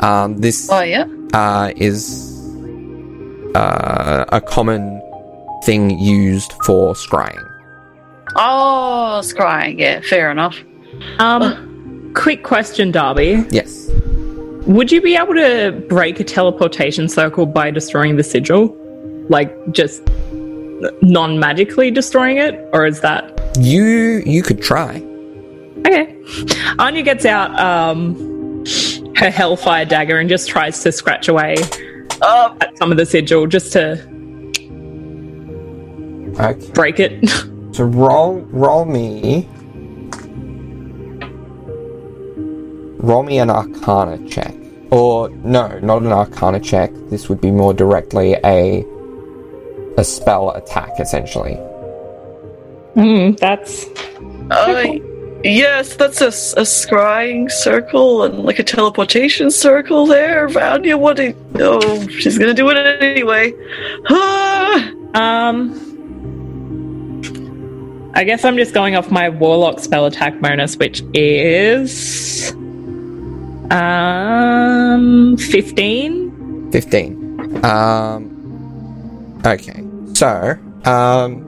Speaker 5: Um, this
Speaker 13: Oh, yeah.
Speaker 5: uh, is uh, a common thing used for scrying.
Speaker 13: Oh, scrying. Yeah, fair enough.
Speaker 2: Um, quick question, Darby.
Speaker 5: Yes.
Speaker 2: Would you be able to break a teleportation circle by destroying the sigil? Like, just non magically destroying it? Or is that
Speaker 5: You you could try.
Speaker 2: Okay. Anya gets out um, her Hellfire dagger and just tries to scratch away at some of the sigil just to
Speaker 5: Okay.
Speaker 2: break it.
Speaker 5: So roll roll me. Roll me an arcana check. Or no, not an arcana check. This would be more directly a a spell attack essentially.
Speaker 2: mm, that's.
Speaker 6: Uh, yes, that's a, s- a scrying circle and like a teleportation circle there around you. What? do- oh, she's gonna do it anyway. Ah!
Speaker 2: Um, I guess I'm just going off my Warlock spell attack bonus, which is. Um, 15?
Speaker 5: 15. Um, okay. So, um,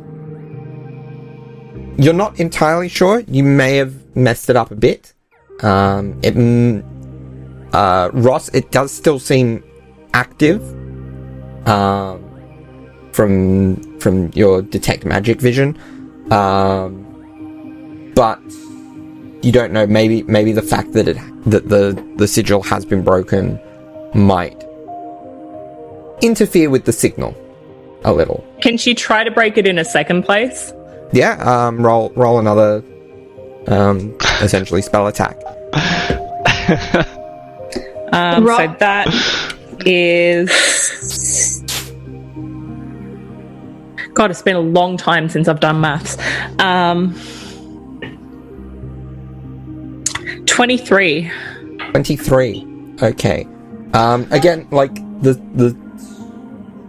Speaker 5: you're not entirely sure. You may have messed it up a bit. Um, it, mm, uh, Ross, it does still seem active. Um, from from your detect magic vision, um, but you don't know. Maybe maybe the fact that it that the the sigil has been broken might interfere with the signal a little.
Speaker 2: Can she try to break it in a second place?
Speaker 5: Yeah, um, roll roll another um, essentially spell attack.
Speaker 2: Um, so
Speaker 8: Right.
Speaker 2: that is. God, it's been a long time since I've done maths. Um, 23.
Speaker 5: Twenty three. Okay. Um, again, like the the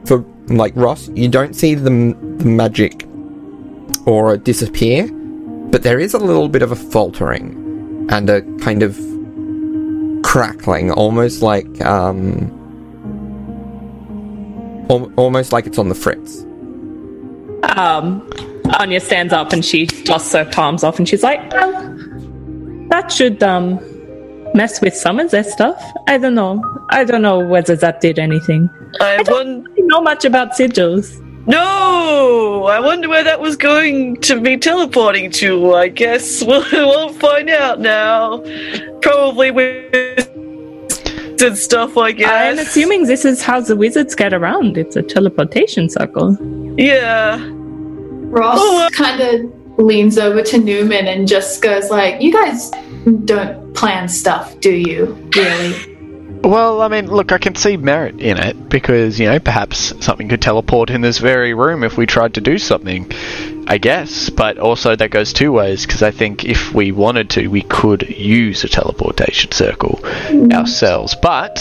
Speaker 5: for like Ross, you don't see the, m- the magic aura disappear, but there is a little bit of a faltering and a kind of crackling, almost like um, al- almost like it's on the fritz.
Speaker 2: Um, Anya stands up and she dusts her palms off and she's like, "Well, that should um, mess with some of their stuff. I don't know. I don't know whether that did anything.
Speaker 6: I won.
Speaker 2: I don't know much about sigils.
Speaker 6: No, I wonder where that was going to be teleporting to. I guess we'll, we'll find out now. Probably with and stuff. I guess.
Speaker 2: I'm assuming this is how the wizards get around. It's a teleportation circle.
Speaker 6: Yeah.
Speaker 8: Ross
Speaker 2: Oh,
Speaker 8: kind of leans over to Newman and just goes like, "You guys don't plan stuff, do you? Really?
Speaker 7: Well, I mean, look, I can see merit in it because, you know, perhaps something could teleport in this very room if we tried to do something, I guess. But also, that goes two ways because I think if we wanted to, we could use a teleportation circle ourselves. But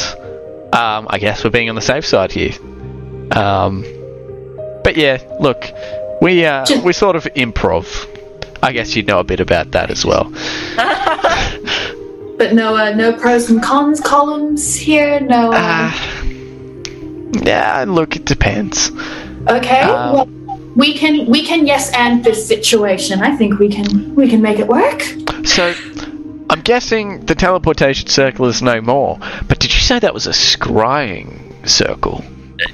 Speaker 7: um, I guess we're being on the safe side here. Um, but yeah, look, we uh,
Speaker 8: Ju-
Speaker 7: we sort of improv. I guess you'd know a bit about that as well.
Speaker 8: But no, uh, no pros and cons columns here. No.
Speaker 2: Ah.
Speaker 8: Uh,
Speaker 7: Ah, Yeah, look, it depends.
Speaker 8: okay. well, we can we can yes and this situation. I think we can we can make it work.
Speaker 7: So, I'm guessing the teleportation circle is no more. But did you say that was a scrying circle?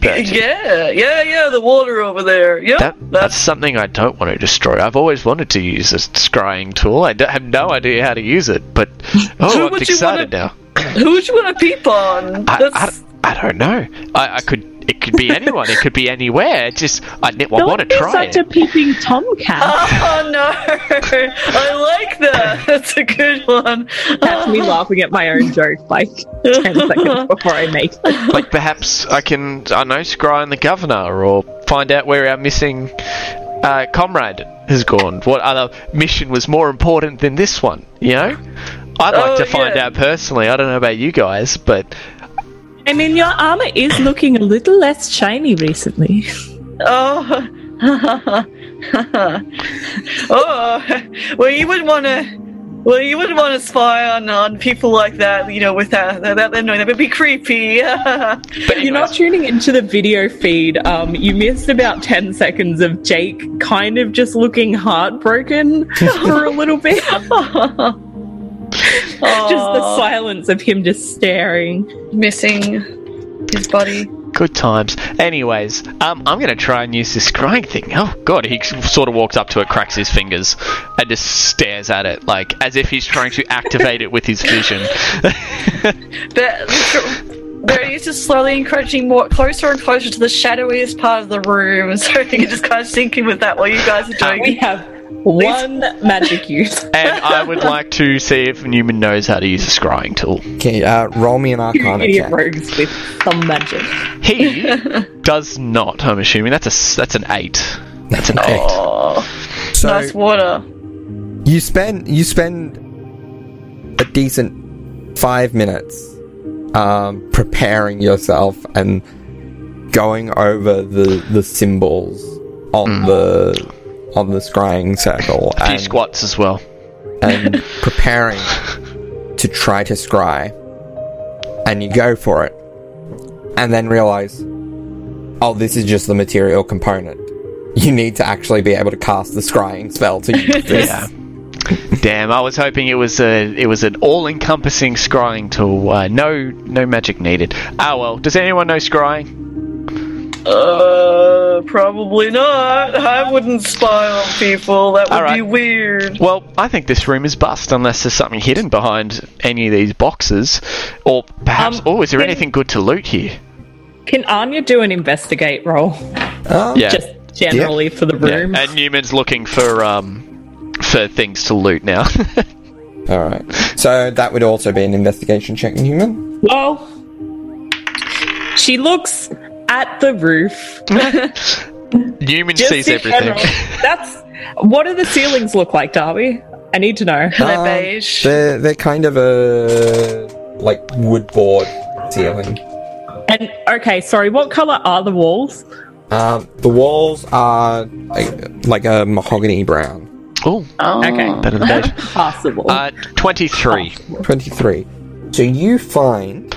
Speaker 7: Bertie?
Speaker 6: Yeah, yeah, yeah. The water over there. Yep.
Speaker 7: That, that's something I don't want to destroy. I've always wanted to use a scrying tool. I don't- have no idea how to use it, but
Speaker 6: Who
Speaker 7: oh, I'm
Speaker 6: would you
Speaker 7: excited
Speaker 6: wanna-
Speaker 7: now.
Speaker 6: Who would you want to peep
Speaker 7: I,
Speaker 6: on?
Speaker 7: I,
Speaker 6: That's-
Speaker 7: I don't know. I, I could. It could be anyone. it could be anywhere. It's Just I, ne- I
Speaker 2: Don't
Speaker 7: want to
Speaker 2: be
Speaker 7: try
Speaker 2: such
Speaker 7: it.
Speaker 2: a peeping tomcat.
Speaker 6: Oh no! I like that. That's a good one.
Speaker 2: That's me laughing at my own joke like 10 seconds before I make it.
Speaker 7: like perhaps I can I don't know scry on the governor or find out where our missing uh, comrade has gone? What other mission was more important than this one? You know, I'd like
Speaker 6: Oh,
Speaker 7: to find
Speaker 6: yeah.
Speaker 7: out personally. I don't know about you guys, but
Speaker 2: I mean, your armor is looking a little less shiny recently.
Speaker 6: Oh. oh, well, you wouldn't want to. Well, you wouldn't want to spy on, on people like that, you know, without that them knowing that would be creepy.
Speaker 2: You're not tuning into the video feed. Um, you missed about 10 seconds of Jake kind of just looking heartbroken for a little bit. just the silence of him just staring.
Speaker 9: missing his body.
Speaker 7: Good times. Anyways, um, I'm gonna try and use this crying thing. Oh god, he sort of walks up to it, cracks his fingers, and just stares at it like as if he's trying to activate it with his vision.
Speaker 9: But Barry is just slowly encroaching more closer and closer to the shadowiest part of the room, so you just kind of sink in with that while you guys are doing.
Speaker 2: We have one magic use.
Speaker 7: and I would like to see if Newman knows how to use a scrying tool.
Speaker 5: Okay, uh, roll me an
Speaker 2: Two
Speaker 5: Arcana
Speaker 2: idiot
Speaker 5: check.
Speaker 2: rogues with some magic.
Speaker 7: He does not. I'm assuming that's a s- that's an eight. That's an
Speaker 5: Okay.
Speaker 7: eight.
Speaker 6: Oh.
Speaker 5: So
Speaker 6: Nice water.
Speaker 5: you spend you spend a decent five minutes um, preparing yourself and going over the the symbols on the on the scrying circle
Speaker 7: He
Speaker 5: and,
Speaker 7: squats as well.
Speaker 5: and preparing to try to scry, and you go for it, and then realize, oh, this is just the material component. You need to actually be able to cast the scrying spell to use this.
Speaker 7: Yeah. Damn, I was hoping it was a it was an all-encompassing scrying tool. Uh, no, no magic needed. Ah well. Does anyone know scrying?
Speaker 6: Uh, probably not. I wouldn't spy on people. That would
Speaker 7: All right.
Speaker 6: be weird.
Speaker 7: Well, I think this room is bust unless there's something hidden behind any of these boxes, or perhaps.
Speaker 2: Um,
Speaker 7: oh, is there
Speaker 2: can-
Speaker 7: anything good to loot here?
Speaker 2: Can Anya do an investigate roll?
Speaker 7: Yeah.
Speaker 2: Just generally for the
Speaker 7: yeah.
Speaker 2: room.
Speaker 7: And Newman's looking for um for things to loot now.
Speaker 5: All right. So that would also be an investigation check, Newman.
Speaker 2: Well, she looks at the roof.
Speaker 7: Newman
Speaker 2: Just
Speaker 7: sees
Speaker 2: in
Speaker 7: everything.
Speaker 2: general. That's what do the ceilings look like, Darby? I need to know.
Speaker 9: They're
Speaker 5: Um,
Speaker 9: beige.
Speaker 5: They're they're kind of a like wood board ceiling.
Speaker 2: And okay, sorry, what color are the walls?
Speaker 5: Um, the walls are like, like a mahogany brown.
Speaker 7: Oh,
Speaker 2: Okay,
Speaker 7: better than beige.
Speaker 2: possible.
Speaker 7: Uh, twenty-three.
Speaker 5: Twenty three. So you find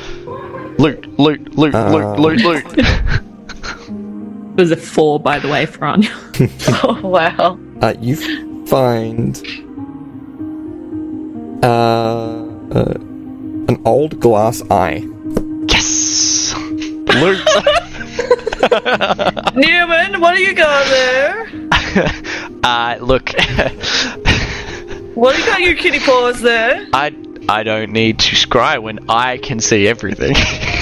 Speaker 7: Loot, loot, loot,
Speaker 5: Uh.
Speaker 7: loot, loot, loot.
Speaker 2: it was a four, by the way, for Anya.
Speaker 9: Oh wow!
Speaker 5: uh, you find uh, uh, an old glass eye.
Speaker 7: Yes! Loot!
Speaker 6: Newman, what do you got there?
Speaker 7: uh, look,
Speaker 6: What do you got your kitty paws there?
Speaker 7: I I don't need to scry when I can see everything.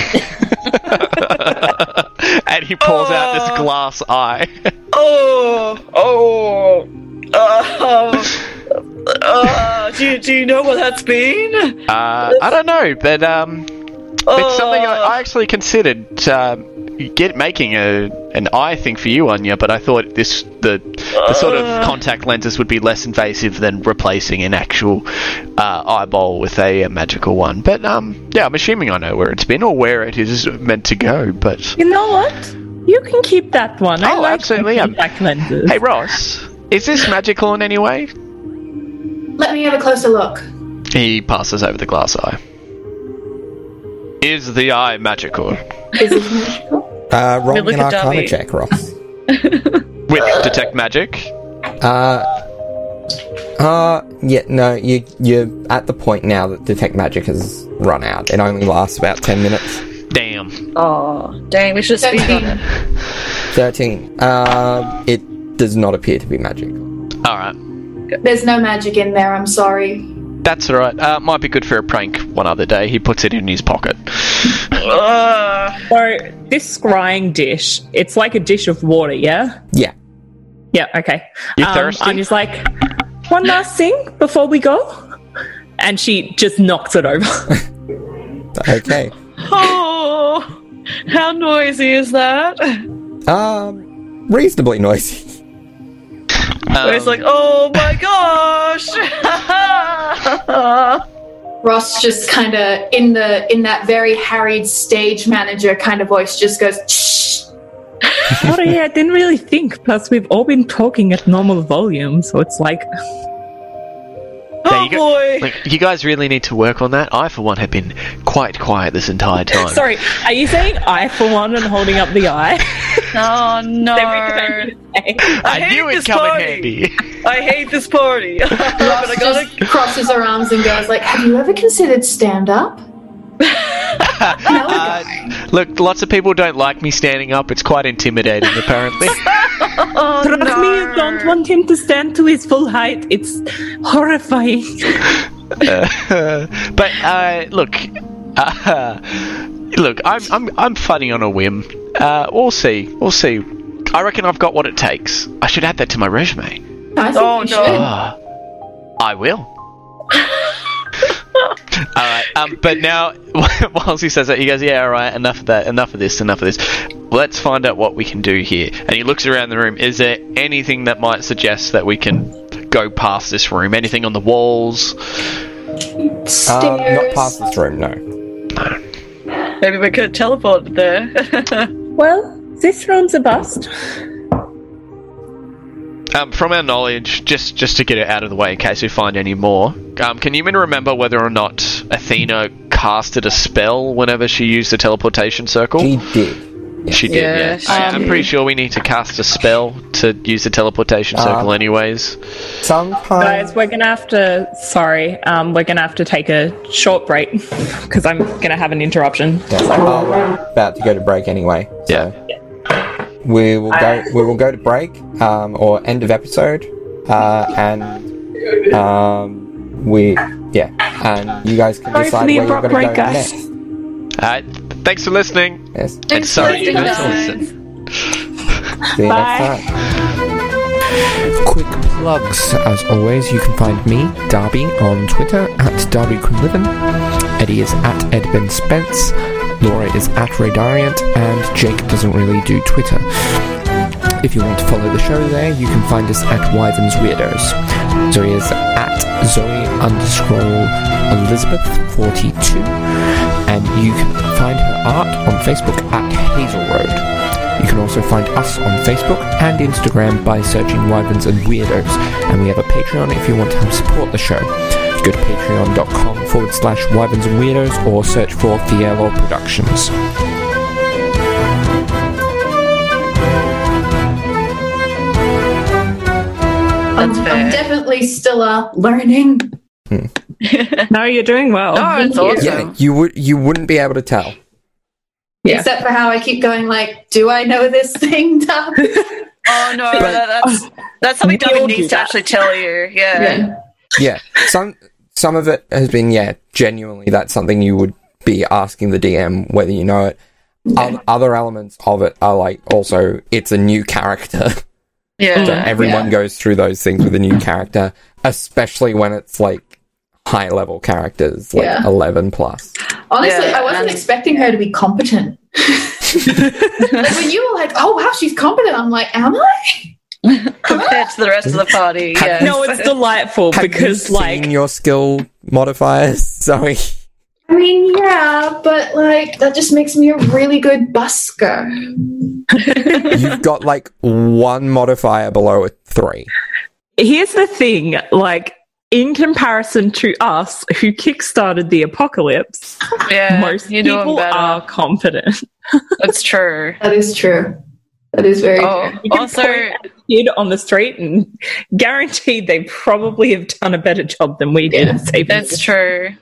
Speaker 7: and he pulls out this glass eye.
Speaker 6: Oh, oh, uh, uh, do, you, do you know what that's been?
Speaker 7: Uh, I don't know, but um, it's something I, I actually considered um, get making a an eye thing for you, Anya. But I thought this the the sort of contact lenses would be less invasive than replacing an actual uh, eyeball with a, uh magical one. But um, yeah, I'm assuming I know where it's been or where it is meant to go. But
Speaker 2: You know what? You can keep that one. I
Speaker 7: Oh,
Speaker 2: like
Speaker 7: absolutely,
Speaker 2: the
Speaker 7: yeah.
Speaker 2: contact lenses.
Speaker 7: hey, Ross, is this magical in any way?
Speaker 8: Let me have a closer look.
Speaker 7: He passes over the glass eye. Is the eye magical
Speaker 8: Is it magical?
Speaker 5: Uh, roll me
Speaker 9: look
Speaker 5: an
Speaker 9: at
Speaker 5: Arcana
Speaker 9: Darby.
Speaker 5: check, Ross.
Speaker 7: with detect magic?
Speaker 5: Uh, uh, yeah, no, you, you're at the point now that Detect Magic has run out. It only lasts about 10 minutes.
Speaker 7: Damn.
Speaker 9: Oh dang! We should have speed on it.
Speaker 5: 13. Uh, it does not appear to be magic.
Speaker 7: All right.
Speaker 8: There's no magic in there, I'm sorry.
Speaker 7: That's alright. Uh, might be good for a prank one other day. He puts it in his pocket.
Speaker 6: Uh,
Speaker 2: So this scrying dish, it's like a dish of water, yeah?
Speaker 5: Yeah.
Speaker 2: Yeah, okay.
Speaker 7: You thirsty?
Speaker 2: Anya's like, one last thing before we go. And she just knocks it over.
Speaker 5: Okay.
Speaker 6: oh, how noisy is that?
Speaker 5: Um, reasonably Um, noisy.
Speaker 14: Where it's like, oh my gosh!
Speaker 8: Ross just kind of in the in that very harried stage manager kind of voice just goes shh.
Speaker 2: Sorry, I didn't really think. Plus, we've all been talking at normal volume, so it's like
Speaker 14: oh
Speaker 15: you go.
Speaker 14: boy!
Speaker 15: Like, you guys really need to work on that. I, for one, have been quite quiet this entire time.
Speaker 2: Sorry, are you saying I for one and holding up the eye?
Speaker 6: Oh no!
Speaker 15: I,
Speaker 14: hate
Speaker 15: knew
Speaker 14: this
Speaker 15: it'd come
Speaker 14: party.
Speaker 15: in handy.
Speaker 14: I hate this party. but I
Speaker 8: Ross
Speaker 14: gotta
Speaker 8: just crosses her arms and goes like, "Have you ever considered stand up?"
Speaker 7: Uh, Look, lots of people don't like me standing up. It's quite intimidating, apparently.
Speaker 6: Oh,
Speaker 2: Trust me, you don't want him to stand to his full height. It's horrifying.
Speaker 7: but uh, look, uh, look, I'm I'm I'm funny on a whim. Uh, we'll see, we'll see. I reckon I've got what it takes. I should add that to my resume.
Speaker 8: I think
Speaker 14: Oh,
Speaker 8: you
Speaker 14: no.
Speaker 7: Uh,
Speaker 8: should.
Speaker 7: I will. All right. Um, but now, whilst he says that, he goes, "Yeah, all right. Enough of that. Enough of this. Enough of this. Let's find out what we can do here." And he looks around the room. Is there anything that might suggest that we can go past this room? Anything on the walls?
Speaker 5: Um, not
Speaker 8: Stairs.
Speaker 5: past this room, no.
Speaker 6: Maybe we could teleport there.
Speaker 2: Well, this room's a bust.
Speaker 7: Um, from our knowledge, just just to get it out of the way in case we find any more, um, can you even remember whether or not Athena casted a spell whenever she used the teleportation circle?
Speaker 5: He did.
Speaker 7: She did, yeah.
Speaker 6: Yeah, she
Speaker 7: I- I'm pretty sure we need to cast a spell to use the teleportation circle, anyways.
Speaker 2: Guys,
Speaker 5: Sometimes.
Speaker 2: we're gonna have to. Sorry, um, we're gonna have to take a short break because I'm gonna have an interruption.
Speaker 5: Yeah. Oh, we're about to go to break anyway. So we will go. We will go to break um, or end of episode, uh, and um, we yeah, and you guys can
Speaker 2: Sorry for
Speaker 5: decide
Speaker 2: the
Speaker 5: where you're
Speaker 2: abrupt
Speaker 5: going to go
Speaker 2: break, guys.
Speaker 5: next.
Speaker 7: Alright, thanks for listening.
Speaker 5: Yes.
Speaker 7: And sorry you
Speaker 8: listening,
Speaker 7: had to
Speaker 8: guys.
Speaker 7: listen.
Speaker 5: See you
Speaker 2: Bye.
Speaker 5: next time.
Speaker 1: Quick plugs. As always, you can find me, Darby, on Twitter at Darby Quinlivan. Eddie is at Edben Spence. Laura is at Radariant, and Jake doesn't really do Twitter. If you want to follow the show there, you can find us at Wyverns Weirdos. Zoe is at Zoe underscore Elizabeth 42, and you can find her art on Facebook at Hazel Road. You can also find us on Facebook and Instagram by searching Wyverns and Weirdos, and we have a Patreon if you want to help support the show. Go to patreon.com forward slash Wyverns and Weirdos or search for Fiello Productions.
Speaker 8: I'm,
Speaker 6: That's
Speaker 8: I'm
Speaker 6: fair.
Speaker 8: definitely still uh, learning.
Speaker 2: No, you're doing well.
Speaker 6: oh, it's awesome.
Speaker 5: Yeah, you would you wouldn't be able to tell.
Speaker 2: Yeah.
Speaker 8: Except for how I keep going like, "Do I know this thing?" Dub?
Speaker 6: Oh no, that, that's that's something
Speaker 2: We all
Speaker 6: David
Speaker 2: do
Speaker 6: needs to
Speaker 2: that.
Speaker 6: actually tell you. Yeah.
Speaker 5: Yeah, some some of it has been yeah, genuinely that's something you would be asking the DM whether you know it. Oth- Other elements of it are like also it's a new character.
Speaker 6: Yeah.
Speaker 5: So everyone goes through those things with a new character, especially when it's like high level characters, like
Speaker 8: Yeah.
Speaker 5: eleven plus.
Speaker 8: Honestly,
Speaker 6: Yeah,
Speaker 8: I wasn't
Speaker 6: and-
Speaker 8: expecting her to be competent. like when you were like, "Oh wow, she's competent," I'm like, "Am I?"
Speaker 6: Compared to the rest of the party. Yeah.
Speaker 2: No, it's delightful
Speaker 5: Have you
Speaker 2: because,
Speaker 5: seen
Speaker 2: like,
Speaker 5: your skill modifiers, Zoe.
Speaker 8: I mean, yeah, but like that just makes me a really good busker.
Speaker 5: You've got like one modifier below a three.
Speaker 2: here's the thing like in comparison to us who kickstarted the apocalypse
Speaker 6: yeah.
Speaker 2: most
Speaker 6: you're doing
Speaker 2: people
Speaker 6: better.
Speaker 2: are confident
Speaker 6: That's true.
Speaker 8: That is true. That is very.
Speaker 6: Oh,
Speaker 2: You can
Speaker 6: also,
Speaker 2: point at a kid on the street and guaranteed they probably have done a better job than we did
Speaker 8: Yeah,
Speaker 2: at saving
Speaker 6: that's true.